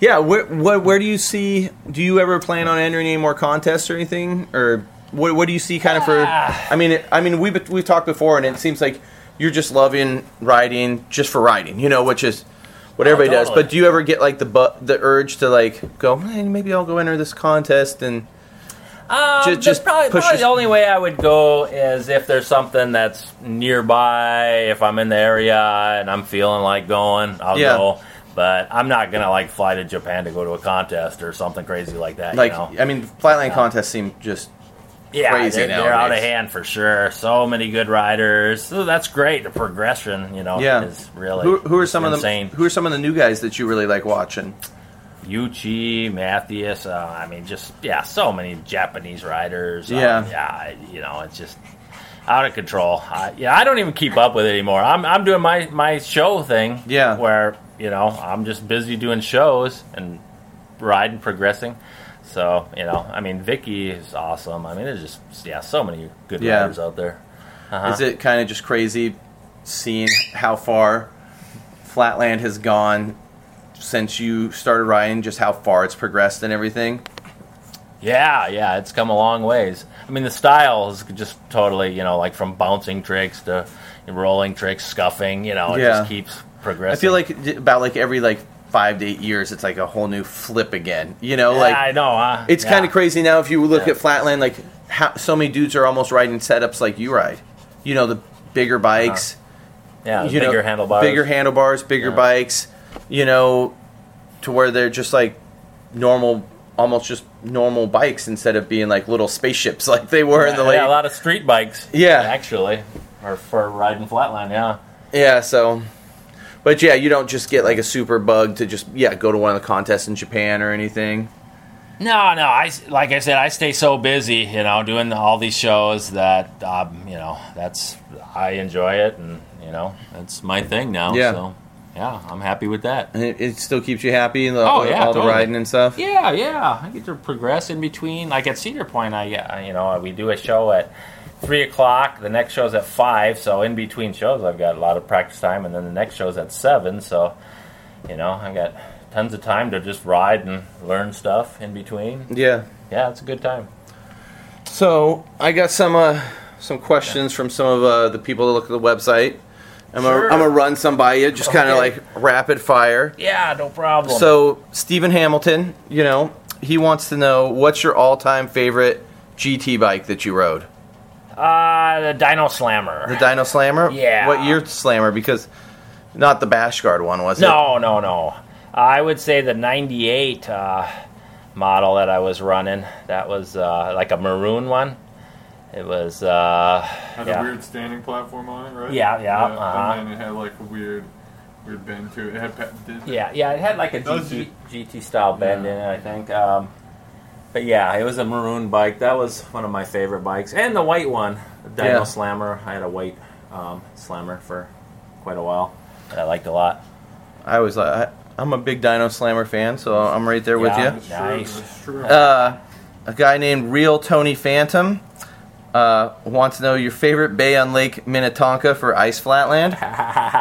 yeah, where, where where do you see? Do you ever plan on entering any more contests or anything, or what, what do you see kind of for?
Ah.
I mean, it- I mean, we have we've talked before, and it seems like you're just loving riding just for riding, you know, which is what everybody does.
Oh, totally.
But do you ever get like the bu- the urge to like go? Man, maybe I'll go enter this contest and
Um,
Ju-
the-
just
probably,
push
probably
this-
the only way I would go is if there's something that's nearby. If I'm in the area and I'm feeling like going, I'll
Yeah.
go. But I'm not gonna like fly to Japan to go to a contest or something crazy like that.
like?
you know?
I mean, flatland contests seem just
yeah,
crazy
they're, they're out of
nowadays.
hand for sure. So many good riders. So that's great. The progression, you know,
Yeah.
is really
who, who are some
insane.
of the who are some of the new guys that you really like watching?
Yuchi, Matthias. Uh, I mean, just yeah, so many Japanese riders. Um,
Yeah.
yeah. You know, it's just out of control. I, yeah, I don't even keep up with it anymore. I'm I'm doing my my show thing.
Yeah.
where you know I'm just busy doing shows and riding, progressing. So you know, I mean, Vicky is awesome. I mean, there's just yeah, so many good
Yeah.
riders out there. Uh-huh.
Is it kind of just crazy seeing how far Flatland has gone since you started riding? Just how far it's progressed and everything.
Yeah, yeah, it's come a long ways. I mean, the style is just totally, you know, like from bouncing tricks to rolling tricks, scuffing, you know, it
Yeah.
just keeps
I
progressing.
feel like d- about like every like five to eight years, it's like a whole new flip again. You know,
yeah,
like
I know, huh?
it's
Yeah.
kind of crazy now if you look
Yeah.
at Flatland. Like how so many dudes are almost riding setups like you ride. You know, the bigger bikes.
Uh-huh. Yeah,
you know,
Uh, bigger handlebars.
bigger handlebars, bigger
Yeah.
bikes, you know, to where they're just like normal, almost just normal bikes instead of being like little spaceships like they were in the
Yeah,
late.
a lot of street bikes.
Yeah.
actually, or for riding flatline. Yeah,
yeah, so, but yeah, you don't just get like a super bug to just yeah go to one of the contests in Japan or anything.
No, no. I like I said, I stay so busy, you know, doing all these shows that um, you know that's I enjoy it, and you know that's my thing now.
Yeah.
So, yeah, I'm happy with that.
And it, it still keeps you happy and the,
Oh,
all
yeah,
the
totally.
riding and stuff.
Yeah, yeah. I get to progress in between. Like at Cedar Point, I uh, you know we do a show at three o'clock. The next show's at five. So in between shows, I've got a lot of practice time, and then the next show's at seven. So you know I've got tons of time to just ride and learn stuff in between.
yeah.
Yeah, it's a good time.
So I got some uh, some questions from some of uh, the people that look at the website, I'm going to run some by you, just kind of
Okay.
like rapid fire.
Yeah, no problem.
So, Stephen Hamilton, you know, he wants to know what's your all time favorite GT bike that you rode?
uh, the Dino Slammer.
The Dino Slammer?
Yeah.
What year Slammer? Because not the Bash Guard one, was it?
No, no, no. I would say the 98 uh, model that I was running. That was uh, like a maroon one. It was, uh,
Had
yeah.
a weird standing platform on it, right?
Yeah, yeah, uh-huh.
And then it had like a weird, weird bend to it. It had pa- did
Yeah, yeah, it had like a
Those
GT, GT style bend in it, I think. Um, but yeah, it was a maroon bike. That was one of my favorite bikes, and the white one, the Dino
Yeah.
Slammer. I had a white um, Slammer for quite a while. That I liked a lot.
I was like, I, I'm a big Dino Slammer fan, so I'm right there
Yeah.
with you.
That's
Nice.
True, that's true.
Uh, a guy named Real Tony Phantom uh, wants to know your favorite bay on Lake Minnetonka for Ice Flatland.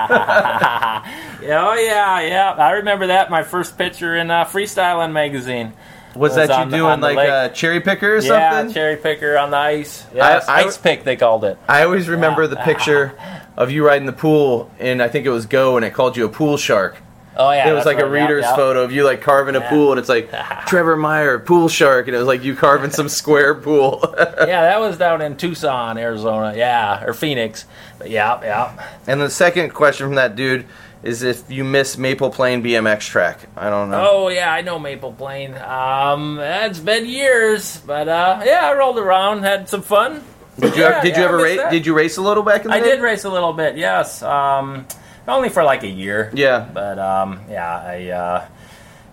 Yeah, oh yeah, yeah. I remember that. My first picture in uh, Freestyling magazine.
Was,
Was
that you
on the- on
doing
the
like a
lake.
cherry picker or
yeah,
something?
cherry picker on the ice. Yeah,
I-
ice pick they called it.
I always remember the picture of you riding the pool, and I think it was Go, and it called you a pool shark.
Oh yeah,
it was
that's
like a
right, yeah,
reader's
yeah.
photo of you like carving a
Yeah.
pool, and it's like Trevor Meyer pool shark, and it was like you carving some square pool.
yeah, that was down in Tucson, Arizona. Yeah, or Phoenix. But yeah, yeah.
and the second question from that dude is if you miss Maple Plain BMX track. I don't know.
Oh yeah, I know Maple Plain. Um, that's been years, but uh, yeah, I rolled around, had some fun.
did you
yeah,
did
yeah,
you
I
ever
missed
race?
that.
Did you race a little back in the
I
day?
did race a little bit, yes. Um, only for like a year.
Yeah.
But um, yeah, I uh,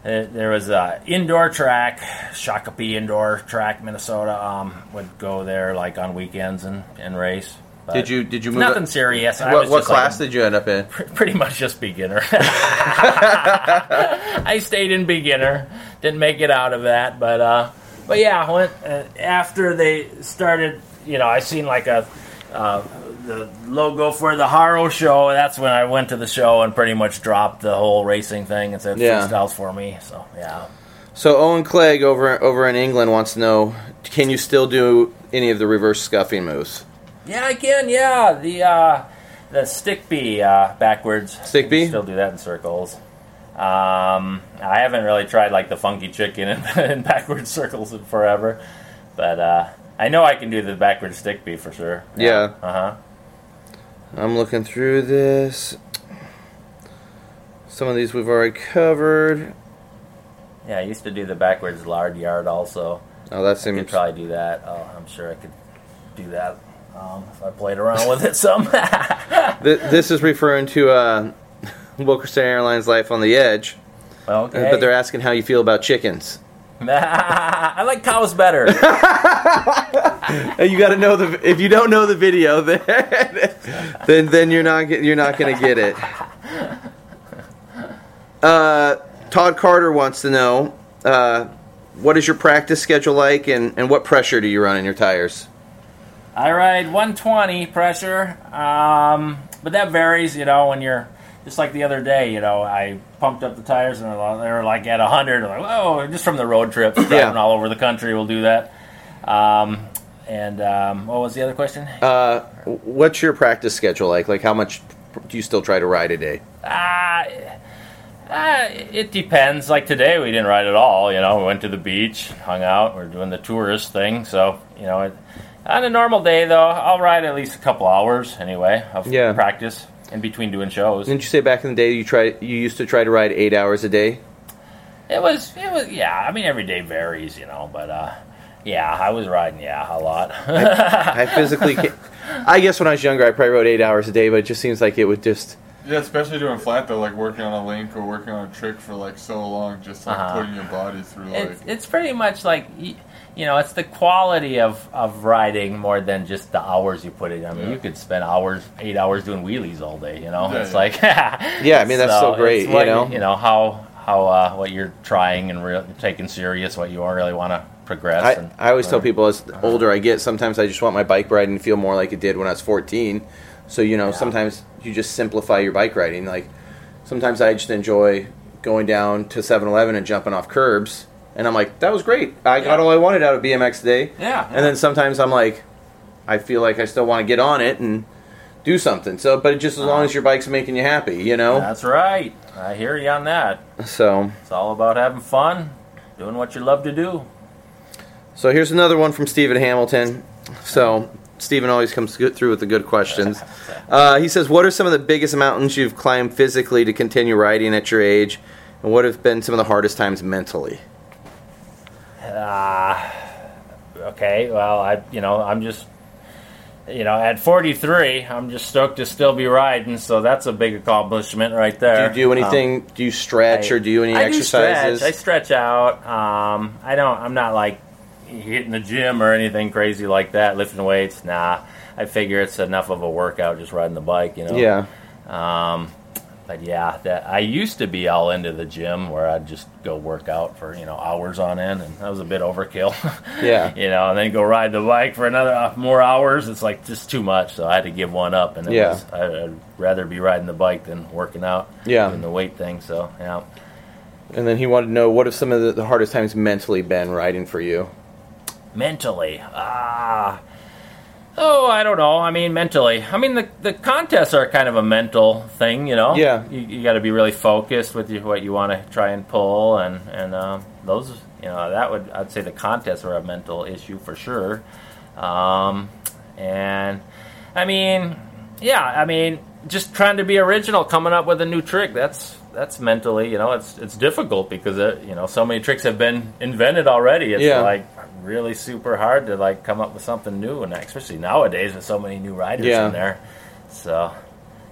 th- there was a indoor track, Shakopee indoor track, Minnesota. Um, would go there like on weekends and, and race. But
Did you did you move?
Nothing serious. I
What,
was
what
just like
class
a-
did you end up in?
pretty much just beginner. I stayed in beginner, didn't make it out of that, but uh, but yeah, went uh, after they started. You know, I seen like a uh, the logo for the Haro show. That's when I went to the show and pretty much dropped the whole racing thing and said
Yeah.
freestyles for me. So yeah.
So Owen Clegg over over in England wants to know: Can you still do any of the reverse scuffing moves?
Yeah, I can. Yeah, the uh, the stick B uh, backwards.
Stick
You
B?
Still do that in circles. Um, I haven't really tried like the funky chicken in, in backwards circles in forever, but uh, I know I can do the backwards stick B for sure.
Yeah.
Uh huh.
I'm looking through this. Some of these we've already covered.
Yeah, I used to do the backwards lard yard also.
Oh, that
I could
seems.
probably do that. Oh, I'm sure I could do that um, if I played around with it some.
Th- this is referring to uh, Wilkerson Airlines Life on the Edge,
okay.
but they're asking how you feel about chickens.
I like cows better.
Uh, You got to know the. If you don't know the video, then then, then you're not get, you're not going to get it. Uh, Todd Carter wants to know uh, what is your practice schedule like, and, and what pressure do you run in your tires?
I ride 120 pressure, um, but that varies, you know, when you're just like the other day, you know, I pumped up the tires and they were like at 100. I'm like, whoa, just from the road trips, driving
Yeah.
all over the country, we'll do that. Um, and um, what was the other question?
Uh, what's your practice schedule like? Like, how much do you still try to ride a day?
Ah, ah, it depends. Like today, we didn't ride at all. You know, we went to the beach, hung out. We're doing the tourist thing, so you know, it, on a normal day though, I'll ride at least a couple hours anyway of
Yeah.
practice in between doing shows.
Didn't you say back in the day you try you used to try to ride eight hours a day?
It was, it was, yeah. I mean, every day varies, you know, but uh, yeah, I was riding, yeah, a lot.
I physically, can't, I guess when I was younger, I probably rode eight hours a day, but it just seems like it would just.
Yeah, especially doing flat though, like working on a link or working on a trick for like so long, just like
Uh-huh.
putting your body through like.
it's, it's pretty much like y- you know it's the quality of, of riding more than just the hours you put in i mean
Yeah.
you could spend hours eight hours doing wheelies all day you know
Yeah,
it's
yeah.
like
Yeah, I mean, that's so
it's
great, you
what
know?
you know how how uh, what you're trying and real taking serious what you really want to progress
I,
and
I always tell people as the older I get, sometimes I just want my bike riding to feel more like it did when I was 14. So, you know, sometimes you just simplify your bike riding. Like, sometimes I just enjoy going down to 7 Eleven and jumping off curbs. And I'm like, that was great. I got all I wanted out of BMX today.
yeah
And then sometimes I'm like, I feel like I still want to get on it, and do something. So, but just as long as your bike's making you happy, you know.
That's right. I hear you on that.
So,
It's all about having fun, doing what you love to do.
so here's another one from Stephen Hamilton. So Stephen always comes good through with the good questions. Uh, he says, "What are some of the biggest mountains you've climbed physically to continue riding at your age, and what have been some of the hardest times mentally?"
Ah, okay. Well, I, you know, I'm just, you know, at 43, I'm just stoked to still be riding. So that's a big accomplishment right
Do
there.
you do anything? do you stretch
Um, I-
or do any
I do
exercises?
stretch. I stretch out. Um, I don't. I'm not like hitting the gym or anything crazy like that. Lifting weights, nah. I figure it's enough of a workout just riding the bike, you know.
yeah.
Um, but yeah, that I used to be all into the gym where I'd just go work out for you know hours on end, and that was a bit overkill.
Yeah.
you know, and then go ride the bike for another uh, more hours. It's like just too much, so I had to give one up. And it
Yeah.
was, I, I'd rather be riding the bike than working out.
Yeah.
doing the weight thing. So yeah.
And then he wanted to know what have some of the, the hardest times mentally been riding for you?
mentally ah oh i don't know i mean mentally i mean the, the contests are kind of a mental thing you know
Yeah.
you, you got to be really focused with your, what you want to try and pull and and um, those you know that would i'd say the contests are a mental issue for sure um, and i mean yeah i mean just trying to be original coming up with a new trick that's that's mentally you know it's it's difficult because it, you know so many tricks have been invented already it's
Yeah.
like really super hard to like come up with something new and especially nowadays with so many new riders
Yeah.
in there so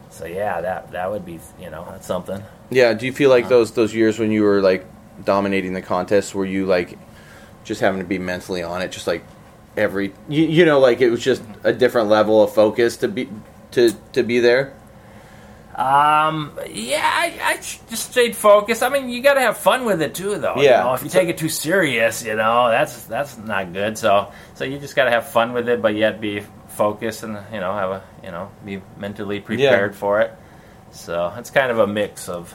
so yeah that that would be you know that's something
Yeah. Do you feel
Uh-huh.
like those those years when you were like dominating the contest, were you like just having to be mentally on it, just like every you, you know, like it was just a different level of focus to be to to be there?
Um, yeah, I, I just stayed focused. I mean, you got to have fun with it too, though. you
Yeah.
know? if you take it too serious, you know that's that's not good. So so you just got to have fun with it, but yet be focused and you know have a you know be mentally prepared for it. So it's kind of a mix of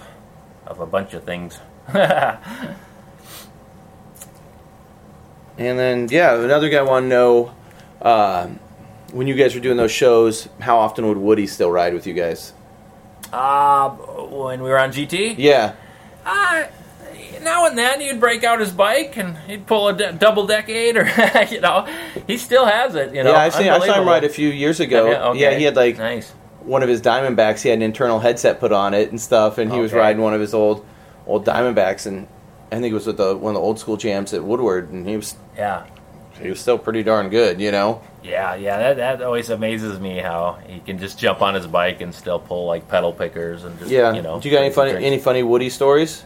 of a bunch of things.
And then yeah, another guy wanted to know uh, when you guys were doing those shows, how often would Woody still ride with you guys?
uh, when we were on GT,
Yeah.
Uh, now and then he'd break out his bike and he'd pull a de- double decade or, you know, he still has it, you know.
yeah, I've seen, I saw him
Unbelievable.
ride a few years ago.
Yeah, okay.
yeah, he had like
Nice.
one of his Diamondbacks. He had an internal headset put on it and stuff, and he was
Okay.
riding one of his old old Diamondbacks, and I think it was with the one of the old school jams at Woodward, and he was
Yeah.
he was still pretty darn good, you know.
Yeah, yeah, that, that always amazes me how he can just jump on his bike and still pull like pedal pickers and just,
Yeah.
you know.
Do you got any funny
drink-
any funny Woody stories?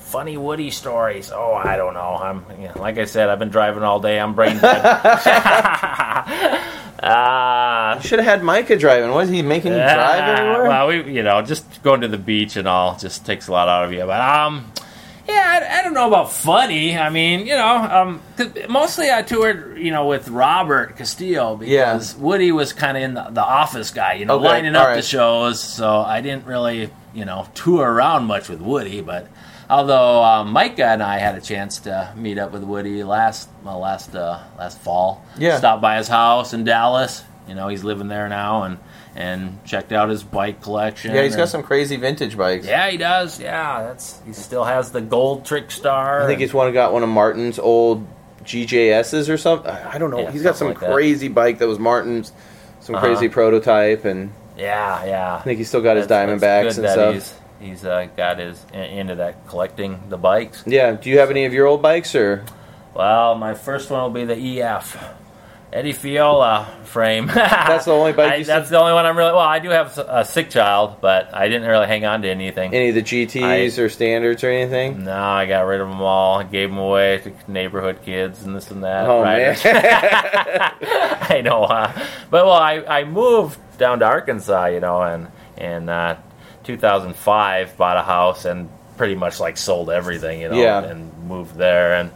funny Woody stories. Oh, I don't know. I'm yeah, like I said, I've been driving all day. I'm brain dead. Ah,
I should have had Micah driving. What is he making you
Ah,
drive everywhere?
Well, we, you know, just going to the beach and all just takes a lot out of you. But um, yeah, I, I don't know about funny. I mean, you know, um, 'cause mostly I toured, you know, with Robert Castillo because Woody was kind of in the, the office guy, you know,
Okay,
lining up
all
the
right.
shows. So I didn't really, you know, tour around much with Woody, but. Although uh, Micah and I had a chance to meet up with Woody last well, last uh, last fall,
Yeah.
stopped by his house in Dallas. You know, he's living there now, and and checked out his bike collection.
yeah, he's got
and-
some crazy vintage bikes.
Yeah, he does. Yeah, that's he still has the gold trick star.
I think he's one got one of Martin's old GJSs or something. I I don't know.
Yeah,
he's got some
something like that.
crazy bike that was Martin's, some
Uh-huh.
crazy prototype, and
yeah, yeah.
I think he's still got his
That's-
Diamondbacks
that's
and
good
stuff.
He's, he's uh, got his in- into that collecting the bikes.
Yeah. Do you have any of your old bikes or?
Well, my first one will be the EF. Eddie Fiola frame. that's
the only bike you
I,
still-
that's the only one I'm really. Well, I do have s- a sick child, but I didn't really hang on to anything.
Any of the GTS
I-
or standards or anything?
No, I got rid of them all. I gave them away to neighborhood kids and this and that.
Oh
Riders.
man.
I know, huh? But well, I, I moved down to Arkansas, you know, and in uh, 2005 bought a house and pretty much like sold everything, you know,
Yeah.
and moved there and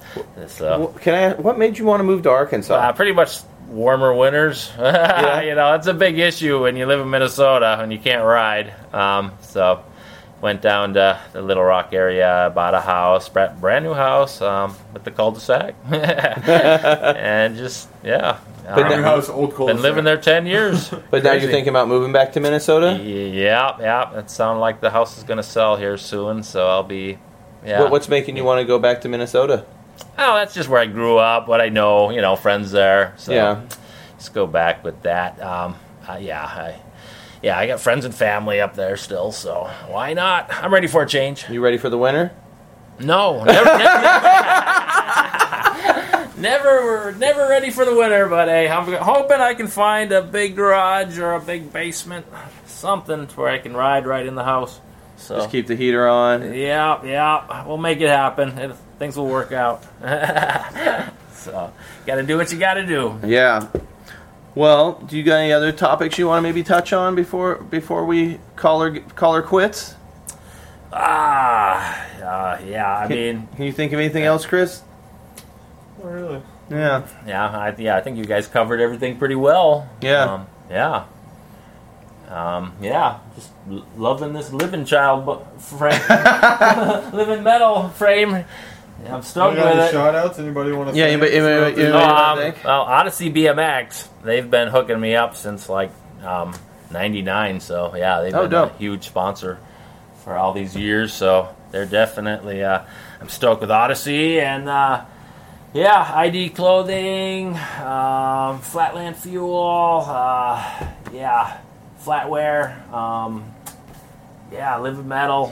so
Well, Can I? What made you want to move to
uh,
Arkansas?
pretty much warmer winters. You know, it's a big issue when you live in Minnesota and you can't ride. Um, so went down to the Little Rock area, bought a house, bra- brand new house um, with the cul-de-sac, and just yeah,
But
New
now,
house, old coal.
Been living there ten years.
but now you're
Crazy.
thinking about moving back to Minnesota.
Yeah, yeah. It sounds like the house is going to sell here soon, so I'll be. Yeah.
What, what's making you want to go back to Minnesota?
oh, that's just where I grew up, what I know, you know, friends there. So
Yeah.
let's go back with that. Um, uh, yeah, I, yeah, I got friends and family up there still, so why not? I'm ready for a change.
You ready for the winter?
No, never, never, never, we're never ready for the winter. But hey, I'm hoping I can find a big garage or a big basement, something where I can ride right in the house. So
Just keep the heater on.
yeah, yeah, we'll make it happen. It, things will work out. so, gotta do what you gotta do.
Yeah. Well, do you got any other topics you want to maybe touch on before before we call her call her quits?
Ah, uh, yeah. I
Can-
mean,
Can you think of anything else, Chris?
Oh, really?
Yeah.
yeah, I, yeah. I think you guys covered everything pretty well.
Yeah.
um, yeah, um, yeah. Just l- loving this living child bu- frame, living metal frame. Yeah, I'm
We
stoked
got any
with it.
shout outs? Anybody want to
Yeah,
say
anybody-
anything
anybody-
about this?
anybody-
Um,
Nick?
well, Odyssey BMX, they've been hooking me up since like um, 99. So, yeah, they've
Oh,
been
dope.
a huge sponsor for all these years. So, they're definitely, uh, I'm stoked with Odyssey. And, uh, yeah, ID clothing, um, Flatland Fuel, uh, yeah, Flatware, um, yeah, Live Metal.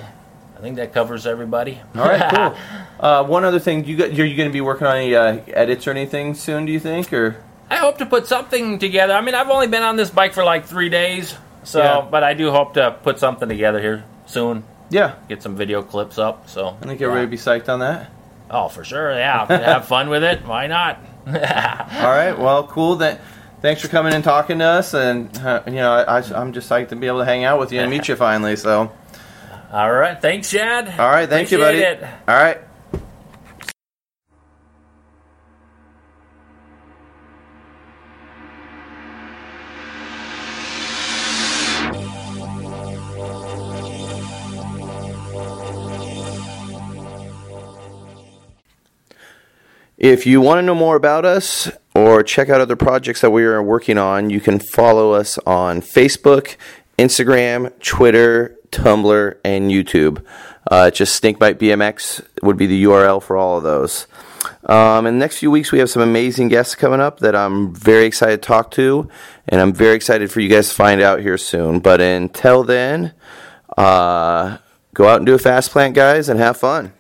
I think that covers everybody.
All right, cool. Uh, one other thing, you got, you're you going to be working on any uh, edits or anything soon? Do you think or
I hope to put something together. I mean, I've only been on this bike for like three days, so
Yeah.
but I do hope to put something together here soon.
yeah,
Get some video clips up. So
I think everybody would be psyched on that.
oh, for sure, yeah. Have fun with it. Why not?
All right, well, cool. That thanks for coming and talking to us, and uh, you know, I, I, am just psyched to be able to hang out with you and meet you finally. So,
All right, thanks, Chad.
all right, thank you,
Appreciate
buddy.
it.
All right. If you want to know more about us or check out other projects that we are working on, you can follow us on Facebook, Instagram, Twitter, Tumblr, and YouTube. Uh, just Snakebite BMX would be the URL for all of those. Um, in the next few weeks, we have some amazing guests coming up that I'm very excited to talk to, and I'm very excited for you guys to find out here soon. But until then, uh, go out and do a fast plant, guys, and have fun.